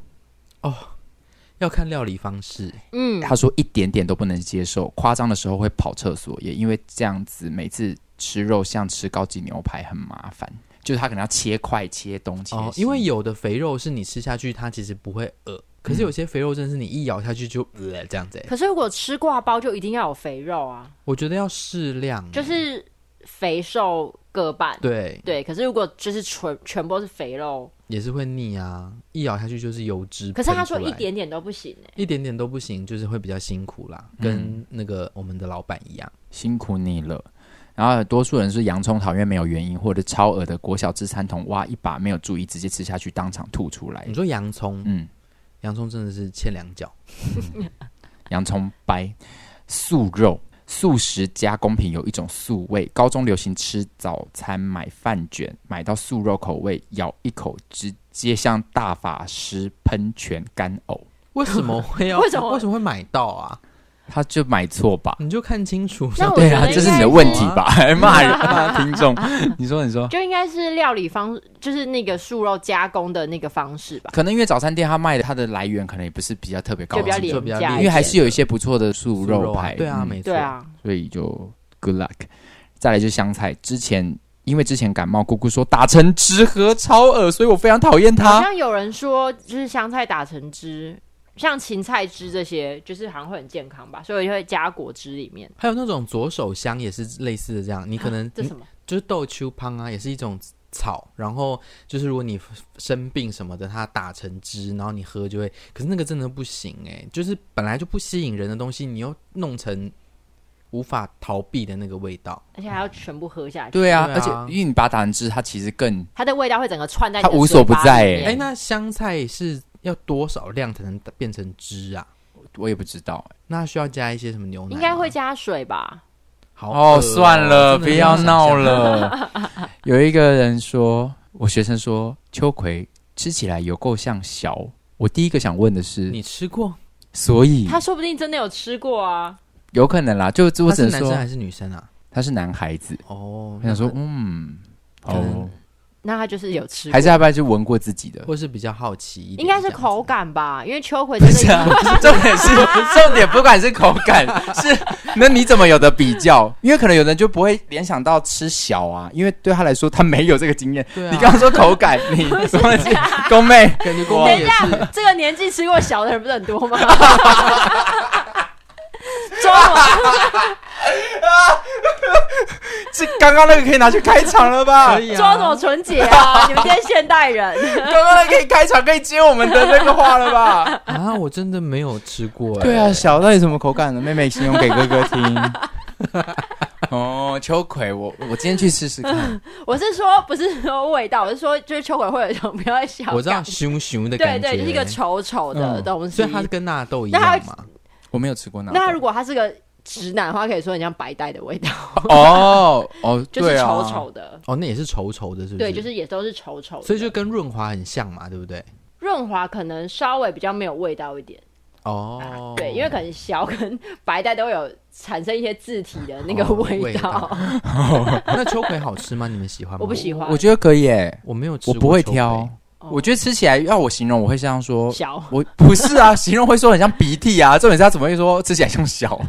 S2: 要看料理方式。
S3: 嗯，
S1: 他说一点点都不能接受，夸张的时候会跑厕所，也因为这样子每次吃肉像吃高级牛排很麻烦，就是他可能要切块切东切西、
S2: 哦，因为有的肥肉是你吃下去，它其实不会饿，可
S1: 嗯
S2: 是有些肥肉真的是你一咬下去就呃这样子欸。
S3: 可是如果吃挂包就一定要有肥肉啊，
S2: 我觉得要适量欸，
S1: 嗯
S3: 就是肥瘦各半。
S2: 对，
S3: 对，可是如果就是全全部都是肥肉，
S2: 也是会腻啊，一咬下去就是油脂
S3: 可
S2: 喷
S3: 是
S2: 出来。
S3: 他说一点点都不行哎、
S2: 一点点都不行，就是会比较辛苦啦，
S1: 嗯
S2: 跟那个我们的老板一样。
S1: 辛苦你了。然后多数人是洋葱讨厌没有原因，或者超额的国小自餐桶挖一把没有注意，直接吃下去当场吐出来
S2: 你。说洋葱，
S1: 嗯，
S2: 洋葱真的是欠两脚。
S1: 洋葱掰素肉。素食加工品有一种素味，高中流行吃早餐买饭卷，买到素肉口味，咬一口直接像大法师喷泉干呕。
S2: 为什 么会要？
S3: 为什么
S2: 为什么会买到啊？
S1: 他就买错吧？
S2: 你就看清楚。
S3: 那我
S1: 对
S3: 觉
S1: 啊，
S3: 得
S1: 这是
S3: 应
S1: 你
S3: 该
S1: 的问
S3: 是
S1: 题吧？还骂人骂听众，你说你说，
S3: 就应该是料理方，就是那个素肉加工的那个方式吧。
S1: 可能因为早餐店他卖的它的来源可能也不是比较特别高
S3: 就比较
S1: 级，
S3: 廉
S2: 就比较
S3: 价
S2: 廉
S1: 因为还
S3: 一点
S1: 是有一些不错的素
S2: 素
S1: 肉
S2: 啊
S1: 派，
S2: 对啊，
S1: 嗯
S2: 没错，
S3: 对啊，
S1: 所以就 good luck。再来就是香菜，之前因为之前感冒，姑姑说打成汁喝超恶，所以我非常讨厌
S3: 好
S1: 它。
S3: 像有人说，就是香菜打成汁，像芹菜汁这些，就是好像会很健康吧，所以我就会加果汁里面。啊
S2: 还有那种左手香也是类似的这样，你可能
S3: 这什么？
S2: 就是豆秋汤啊，也是一种草。然后就是如果你生病什么的，它打成汁，然后你喝就会。可是那个真的不行哎、就是本来就不吸引人的东西，你又弄成无法逃避的那个味道。
S3: 而且还要全部喝下去。
S1: 对啊，
S2: 对啊
S1: 而且因为你把它打成汁，它其实更
S3: 它的味道会整个串在你
S1: 它
S3: 的
S1: 无
S3: 嘴
S1: 所不
S3: 巴
S1: 在
S3: 里
S1: 欸
S2: 哎、
S3: 面
S2: 那香菜是要多少量才能变成汁啊？
S1: 我也不知道
S2: 那需要加一些什么牛奶吗？
S3: 应该会加水吧？
S2: 好
S1: 哦
S2: 恶啊
S1: 算了，
S2: 真
S1: 不
S2: 的
S1: 要
S2: 没有
S1: 闹
S2: 想象
S1: 了。 有一个人说，我学生说秋葵吃起来有够像小。我第一个想问的是，
S2: 你吃过？
S1: 所以
S3: 他说不定真的有吃过啊。
S1: 有可能啦，就就我
S2: 他
S1: 只
S2: 是
S1: 能
S2: 男生
S1: 说
S2: 还是女生啊？
S1: 他是男孩子。
S2: 哦，
S1: 我想说
S2: 那，
S1: 嗯，
S2: 可能
S1: 哦，
S3: 那他就是有吃过
S1: 还，是要不要就闻过自己 的？
S2: 或是比较好奇一点，
S3: 应该是
S2: 这样子
S3: 口。感吧？因为秋葵
S1: 不
S3: 真
S1: 是啊
S3: 的，
S1: 重点 是重点，不管是口感是，那你怎么有的比较？因为可能有人就不会联想到吃小啊，因为对他来说他没有这个经验。
S2: 对啊，
S1: 你刚刚说口 感，你什么东西？宫妹，
S2: 感觉公哦妹也 是
S3: 这个年纪吃过小的人不是很多 吗？中
S2: 哎
S3: 文
S1: 这刚刚那个可以拿去开场了吧？
S2: 可以
S3: 装什么
S2: 啊。
S3: 纯洁 啊？你们这些现代人，
S1: 刚刚那个可以开场，可以接我们的那个话了 吧？
S2: 啊，我真的没有吃过哎。
S1: 对啊，小到底什么口感呢？妹妹形容给哥哥听。 哦，秋葵，我我今天去试试看。
S3: 我是说不是说味道，我是说就是秋葵会有一种比较小感，
S2: 我知道熊熊的
S3: 对
S2: 感觉，
S3: 对，就是一个稠稠的
S1: 嗯
S3: 东西
S2: 所以。它是跟纳豆一
S3: 那它
S2: 样嘛？
S1: 我没有吃过那
S3: 那他如果他是个直男的话，可以说很像白带的味 道，
S1: 哦哦，
S3: 就是
S1: 对啊
S3: 稠稠的，
S2: 哦，那也是稠稠的，是不是？
S3: 对，就是，也都是稠稠的，
S2: 所以就跟润滑很像嘛，对 不对？
S3: 润滑可能稍微比较没有味道一点。
S2: 哦，
S3: 对，因为可能小跟白带都有产生一些字体的那个
S2: 哦
S3: 味
S2: 味
S3: 道，
S2: 道那秋葵好吃吗？你们喜欢吗？
S3: 我不喜欢。
S1: 我觉得可以诶，
S2: 我没有吃
S1: 我
S2: 过，
S1: 不会挑。。
S3: 啊哦
S1: 我觉得吃起来要我形容，我会这样说。
S3: 小
S1: 我不是啊， 形容会说很像鼻涕啊。重点是他怎么会说吃起来像 小？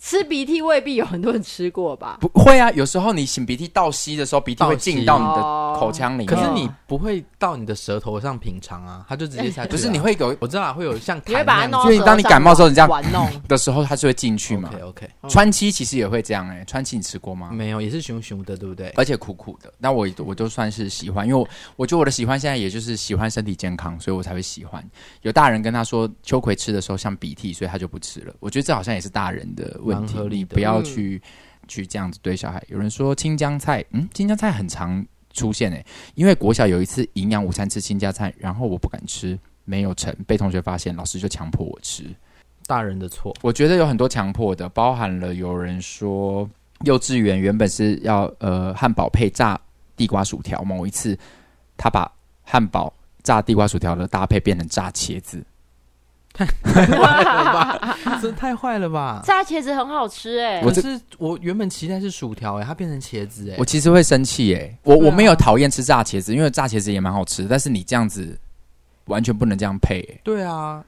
S3: 吃鼻涕未必有很多人吃过吧？
S1: 不会啊，有时候你擤鼻涕倒吸的时候，鼻涕会进到你
S3: 哦
S1: 的口腔里面。
S2: 可是你不会到你的舌头上品尝啊，它就直接下去啊。
S1: 不是你会有
S2: 我知道啊会有像
S3: 你会把它弄到
S1: 因为你当你感冒的时候你这样
S3: 玩 弄，
S1: 的时候，它是会进去嘛
S2: OK？OK，哦
S3: 嗯
S1: 川七其实也会这样诶，川七你吃过吗？
S2: 没有也是熊熊的，对不对？
S1: 而且苦苦的，那我我就算是喜欢，因为我我觉得我的喜欢现在也就是喜欢身体健康，所以我才会喜欢。有大人跟他说秋葵吃的时候像鼻涕，所以他就不吃了。我觉得这好像也是大人的问题
S2: 蛮合，理的
S1: 你不要去、去这样子对小孩。有人说青江菜，嗯，青江菜很常出现诶、因为国小有一次营养午餐吃青江菜，然后我不敢吃，没有成，被同学发现，老师就强迫我吃。
S2: 大人的错，
S1: 我觉得有很多强迫的，包含了有人说幼稚园原本是要呃汉堡配炸地瓜薯条，某一次他把汉堡炸地瓜薯条的搭配变成炸茄子，
S2: 这太坏了吧？
S3: 炸茄子很好吃哎、
S1: 我
S2: 可
S1: 这
S2: 是我原本期待是薯条哎、它变成茄子哎、
S1: 我其实会生气耶、我
S3: 对啊
S1: 我没有讨厌吃炸茄子，因为炸茄子也蛮好吃，但是你这样子完全不能这样配、耶
S2: 对啊，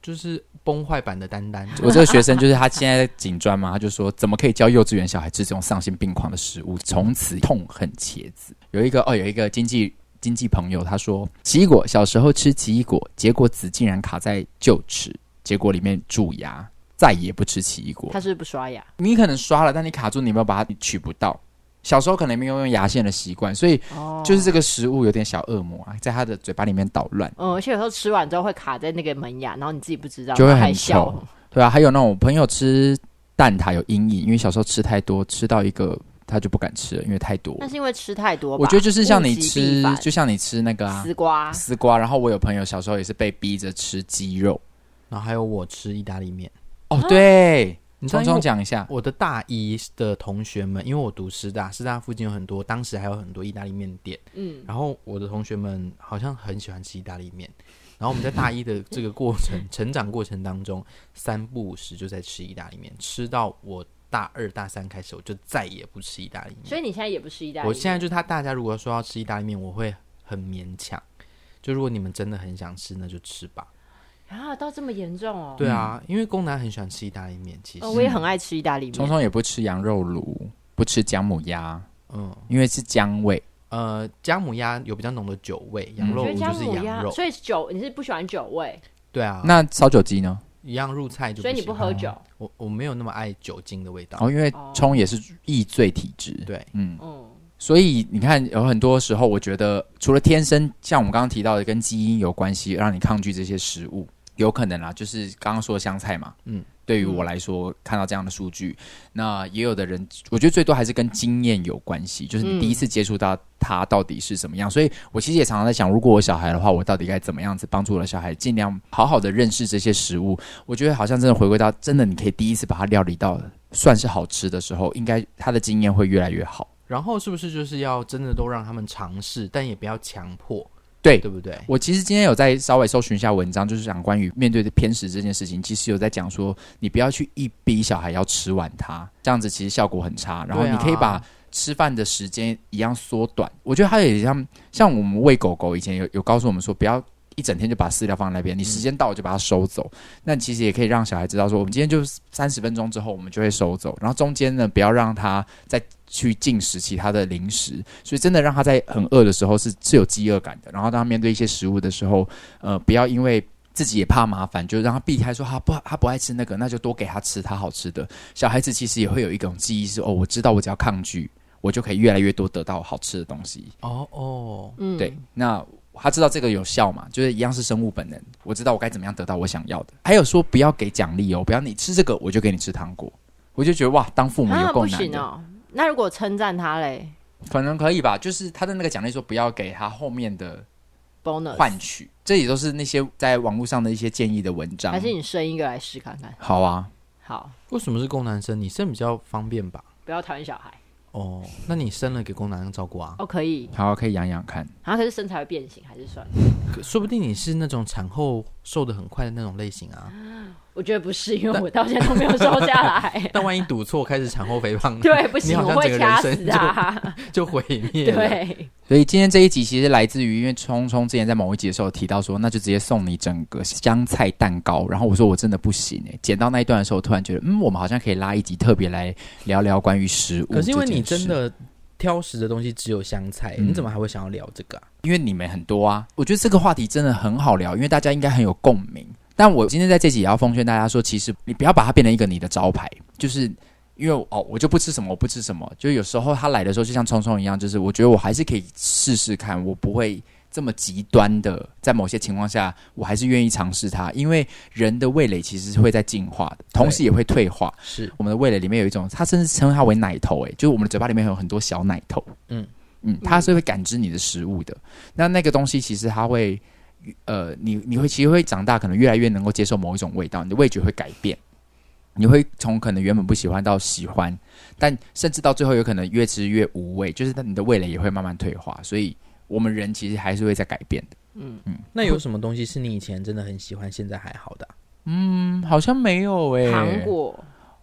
S2: 就是崩坏版的丹丹，
S1: 我这个学生就是他现在在警专嘛，他就说怎么可以教幼稚园小孩吃这种丧心病狂的食物，从此痛恨茄子。有一个哦，有一个经济经济朋友，他说奇异果小时候吃奇异果，结果籽竟然卡在臼齿，结果里面蛀牙，再也不吃奇异果
S3: 他。是不是不刷牙？
S1: 你可能刷了，但你卡住，你没有把它取不到。小时候可能没有用牙线的习惯，所以
S3: 哦，
S1: 就是这个食物有点小恶魔啊，在他的嘴巴里面捣乱。
S3: 嗯，而且有时候吃完之后会卡在那个门牙，然后你自己不知道，
S1: 就会很
S3: 还笑
S1: 臭。对啊，还有那种朋友吃蛋挞有阴影，因为小时候吃太多，吃到一个他就不敢吃了，因为太多。
S3: 那是因为吃太多吧？
S1: 我觉得就是像你
S3: 物极必
S1: 吃
S3: 反，
S1: 就像你吃那个啊
S3: 丝瓜，
S1: 丝瓜，然后我有朋友小时候也是被逼着吃鸡肉。
S3: 啊
S2: 然后还有我吃意大利面，
S1: 哦，对，
S2: 你知道
S1: 匆
S2: 因为
S1: 匆
S2: 我
S1: 讲一下，
S2: 我的大一的同学们，因为我读师大，师大附近有很多，当时还有很多意大利面店。
S3: 嗯，
S2: 然后我的同学们好像很喜欢吃意大利面。然后我们在大一的这个过程成长过程当中，三不五时就在吃意大利面，吃到我大二大三开始，我就再也不吃意大利面。
S3: 所以你现在也不是意大利，
S2: 我现在就他大家如果说要吃意大利面，我会很勉强。就如果你们真的很想吃，那就吃吧。
S3: 啊，到这么严重哦。
S2: 对啊，因为宫南很喜欢吃意大利面，其实、
S3: 哦，我也很爱吃意大利
S1: 聪
S3: 面。
S1: 聪也不吃羊肉炉，不吃姜母鸭，
S2: 嗯
S1: 因为是姜味。
S2: 呃，姜母鸭有比较浓的酒味，羊
S1: 嗯
S2: 肉
S3: 所
S2: 炉
S3: 以
S2: 就
S3: 姜
S2: 是
S3: 母
S2: 羊
S3: 鸭，
S2: 肉，
S3: 所以酒你是不喜欢酒味，
S2: 对啊，
S1: 那烧酒鸡呢？
S2: 一样入菜就
S3: 所以你不
S2: 行
S3: 喝酒。
S2: 我我没有那么爱酒精的味道，
S1: 哦，因为
S3: 哦
S1: 葱也是易醉体质。
S2: 对，
S1: 嗯，
S3: 嗯，
S1: 所以你看，有很多时候，我觉得除了天生，像我们刚刚提到的跟基因有关系，让你抗拒这些食物，有可能啦，就是刚刚说的香菜嘛，嗯
S2: 嗯，
S1: 对于我来说，看到这样的数据，那也有的人，我觉得最多还是跟经验有关系，就是你
S3: 嗯
S1: 第一次接触到它到底是什么样。所以我其实也常常在想，如果我小孩的话，我到底该怎么样子帮助我的小孩，尽量好好的认识这些食物。我觉得好像真的回归到，真的你可以第一次把它料理到算是好吃的时候，应该他的经验会越来越好。
S2: 然后是不是就是要真的都让他们尝试，但也不要强迫，
S1: 对
S2: 对不对？
S1: 我其实今天有在稍微搜寻一下文章，就是讲关于面对的偏食这件事情，其实有在讲说，你不要去一逼小孩要吃完它，这样子其实效果很差。然后
S2: 对啊
S1: 你可以把吃饭的时间一样缩短。我觉得它也像像我们喂狗狗以前有有告诉我们说，不要。一整天就把饲料放在那
S2: 嗯
S1: 边，你时间到了就把它收走。那其实也可以让小孩知道说，我们今天就三十分钟之后我们就会收走，然后中间呢不要让他再去进食其他的零食，所以真的让他在很饿的时候是是有饥饿感的。然后当他面对一些食物的时候，呃，不要因为自己也怕麻烦，就让他避开说他不他不爱吃那个，那就多给他吃他好吃的。小孩子其实也会有一种记忆是哦，我知道我只要抗拒，我就可以越来越多得到好吃的东西。
S2: 哦哦，
S3: 嗯，
S1: 对，那他知道这个有效嘛？就是一样是生物本能，我知道我该怎么样得到我想要的。还有说不要给奖励哦，不要你吃这个我就给你吃糖果，我就觉得哇，当父母
S3: 啊，
S1: 有
S3: 不
S1: 够难
S3: 行
S1: 的，
S3: 哦。那如果称赞他嘞
S1: 可能可以吧？就是他的那个奖励说不要给他后面的
S3: ，bonus，
S1: 换取，这也都是那些在网络上的一些建议的文章
S3: 还。是你生一个来试看看？
S1: 好啊，
S3: 好，
S2: 为什么是供男生？你生比较方便吧？
S3: 不要讨厌小孩
S2: 哦，那你生了给供男生照顾啊？
S3: 哦，可以。
S1: 好啊可以养养看。
S3: 然后可是身材会变形，还是算了？
S2: 可说不定你是那种产后瘦的很快的那种类型啊。
S3: 我觉得不是，因为我到现在都没有瘦下 来。
S2: 但万一赌错开始产后肥胖呢，
S3: 对，不
S2: 你
S3: 行，
S2: 好
S3: 我
S2: 像
S3: 会
S2: 整个人
S3: 掐
S2: 生
S3: 死他。
S2: 就毁灭了。
S3: 对，
S1: 所以今天这一集其实来自于，因为聪聪之前在某一集的时候有提到说，那就直接送你整个香菜蛋糕。然后我说我真的不行哎、剪到那一段的时候，突然觉得，嗯，我们好像可以拉一集特别来聊聊关于食物。
S2: 可是因为你真，的挑食的东西只有香菜，
S1: 嗯
S2: 你怎么还会想要聊这个、啊？
S1: 因为你们很多啊，我觉得这个话题真的很好聊，因为大家应该很有共鸣。但我今天在这集也要奉劝大家说，其实你不要把它变成一个你的招牌，就是。因为哦，我就不吃什么，我不吃什么。就有时候他来的时候，就像聪聪一样，就是我觉得我还是可以试试看，我不会这么极端的，在某些情况下，我还是愿意尝试它。因为人的味蕾其实是会在进化的，同时也会退化。
S2: 是
S1: 我们的味蕾里面有一种，它甚至称它为奶头、欸，就是我们的嘴巴里面有很多小奶头，嗯
S2: 嗯
S1: 嗯，它是会感知你的食物的。那那个东西其实它会，呃，你你会其实会长大，可能越来越能够接受某一种味道，你的味觉会改变，你会从可能原本不喜欢到喜欢，但甚至到最后有可能越吃越无味，就是你的味蕾也会慢慢退化，所以我们人其实还是会在改变的。
S2: 那有什么东西是你以前真的很喜欢，现在还好的啊、
S1: 嗯，好像没有欸诶、
S3: 糖果。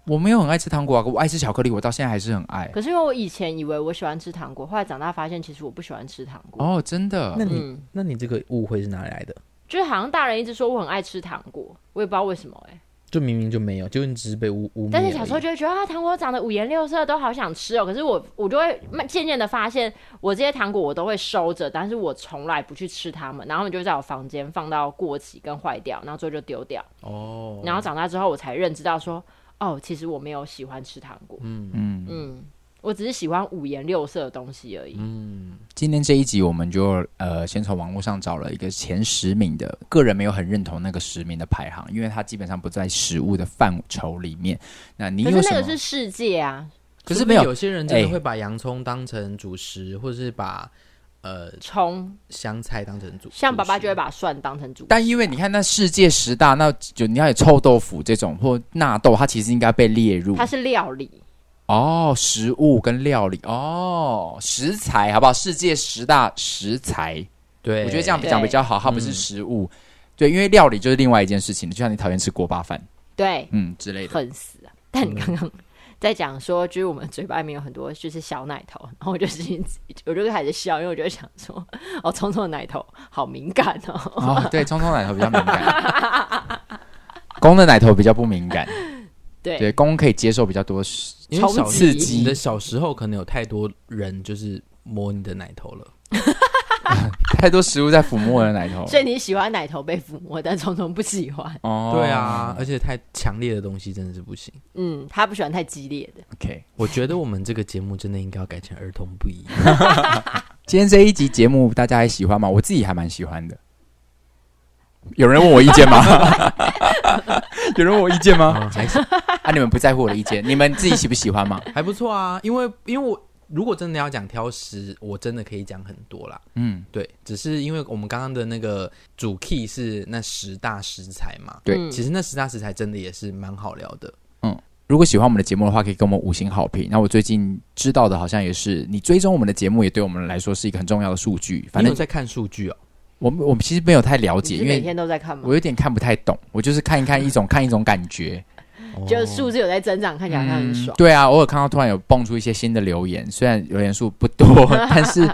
S1: 我没有很爱吃糖果啊，我爱吃巧克力，我到现在还是很爱。
S3: 可是因为我以前以为我喜欢吃糖果，后来长大发现其实我不喜欢吃糖果。
S1: 哦，真的，
S2: 那你、
S3: 嗯，
S2: 那你这个误会是哪里来的？
S3: 就是好像大人一直说我很爱吃糖果，我也不知道为什么哎、
S2: 就明明就没有，就你只是被污污蔑而已。
S3: 但是小时候就会觉得啊，糖果长得五颜六色，都好想吃哦。可是我我就会慢渐渐的发现，我这些糖果我都会收着，但是我从来不去吃它们，然后他们就在我房间放到过期跟坏掉，然后最后就丢掉。
S2: 哦，
S3: 然后长大之后，我才认知到说，哦，其实我没有喜欢吃糖果，嗯
S1: 嗯
S3: 嗯，我只是喜欢五颜六色的东西而已。
S1: 嗯今天这一集，我们就呃先从网络上找了一个前十名的，个人没有很认同那个十名的排行，因为它基本上不在食物的范畴里面。那你
S3: 可
S1: 有
S3: 是
S1: 什么
S3: 那个？是世界啊，
S1: 可
S2: 说
S1: 是
S2: 不
S1: 没
S2: 定
S1: 有
S2: 有些人真
S1: 哎
S2: 的会把洋葱当成主食，或者是把呃
S3: 葱，
S2: 香菜当成主，
S3: 像爸爸
S2: 主食
S3: 就会把蒜当成主食。
S1: 但因为你看那世界十大，那就你看有臭豆腐这种或纳豆，它其实应该被列入
S3: 它是料理，
S1: 哦，食物跟料理哦，食材好不好？世界十大食材，
S2: 对，
S1: 我觉得这样
S3: 对嗯
S1: 讲比较好，它不是食物。对，因为料理就是另外一件事情，就像你讨厌吃锅巴饭，
S3: 对，
S1: 嗯之类的。嗯
S3: 恨死啊！但你刚刚在讲说，就是我们嘴巴里面有很多就是小奶头，然后我就心， 我就开始笑，因为我就想说，哦，聪聪的奶头好敏感哦。
S1: 哦，对，聪聪奶头比较敏感，公的奶头比较不敏感，
S3: 对，
S1: 对，公可以接受比较多食。
S2: 因为小
S3: 冲
S1: 刺
S2: 你的
S1: 激，
S2: 小时候可能有太多人就是摸你的奶头了，
S1: 太多食物在抚摸我的奶头。
S3: 所以你喜欢奶头被抚摸，但聪聪不喜欢。
S1: 哦
S2: 对啊，而且太强烈的东西真的是不行。
S3: 嗯，他不喜欢太激烈的。
S1: ，OK。
S2: 我觉得我们这个节目真的应该要改成儿童不宜。
S1: 今天这一集节目大家还喜欢吗？我自己还蛮喜欢的。有人问我意见吗？ 有人问我意见吗？
S2: 啊，还是
S1: 啊，你们不在乎我的意见，你们自己喜不喜欢 吗？
S2: 还不错啊，因为因为我如果真的要讲挑食，我真的可以讲很多啦。
S1: 嗯，
S2: 对，只是因为我们刚刚的那个主 key 是那十大食材嘛，
S1: 对
S3: 嗯
S2: 其实那十大食材真的也是蛮好聊的。
S1: 如果喜欢我们的节目的话，可以给我们五星好评。那我最近知道的好像也是，你追踪我们的节目也对我们来说是一个很重要的数据。反
S2: 你有
S1: 正
S2: 在看数据哦，
S1: 我们我们其实没有太了
S3: 你
S1: 解，
S3: 是
S1: 因
S3: 每
S1: 为
S3: 天都在看吗嗯
S1: 我？有点看不太懂，我就是看一看一种看一种感觉。哦
S3: 就是数字有在增长，看起来好像很爽。
S1: 对啊，偶尔看到突然有蹦出一些新的留言，虽然留言数不 多，但是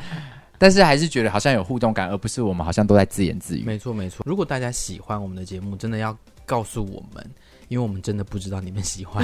S1: 但是还是觉得好像有互动感，而不是我们好像都在自言自语。
S2: 没错没错。如果大家喜欢我们的节目，真的要告诉我们，因为我们真的不知道你们喜 欢。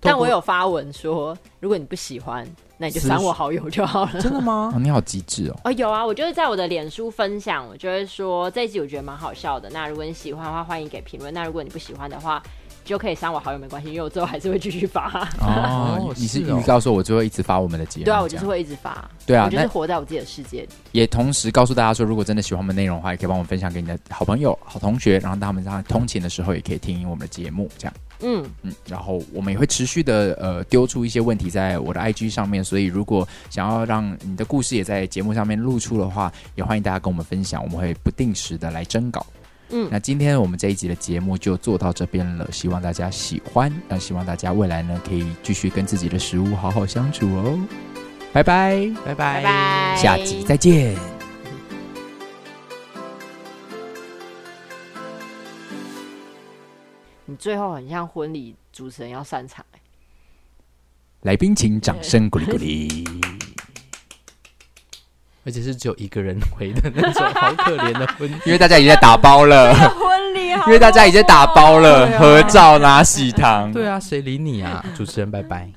S3: 但我有发文说，如果你不喜欢，那你就删我好友就好了。
S2: 真的吗？
S1: 哦，你好机智哦！
S3: 哦，有啊，我就是在我的脸书分享，我就会说这一集我觉得蛮好笑的。那如果你喜欢的话，欢迎给评论；那如果你不喜欢的话，就可以删我好友没关系，因为我最后还是会继续发。
S1: 哦
S2: 哦，
S1: 你是
S2: 是哦
S1: 预告说我最后一直发我们的节目，
S3: 对啊，我就
S1: 这
S3: 是
S1: 样
S3: 会一直发。
S1: 对啊
S3: 我，就是
S1: 那
S3: 活在我自己的世界里。
S1: 也同时告诉大家说，如果真的喜欢我们内容的话，也可以帮我们分享给你的好朋友、好同学，然后他们在通勤的时候也可以听我们的节目，这样。
S3: 嗯，
S1: 嗯，然后我们也会持续的呃丢出一些问题在我的 IG 上面，所以如果想要让你的故事也在节目上面露出的话，也欢迎大家跟我们分享，我们会不定时的来征稿。
S3: 嗯
S1: 那今天我们这一集的节目就做到这边了，希望大家喜欢，那希望大家未来呢可以继续跟自己的食物好好相处哦，拜拜，
S2: 拜
S3: 拜拜，
S1: 下集再见。
S3: 你最后很像婚礼主持人要散场、欸
S1: 来宾请掌声鼓励鼓励，
S2: 而且是只有一个人回的那种，好可怜的婚礼。
S1: 因为大家已经在打包了，
S3: 婚礼好
S1: 因
S3: 哦
S1: 为大家已经在打包了，
S2: 对啊
S1: 合照啦、喜糖，
S2: 对啊，谁理你啊？主持人，拜拜。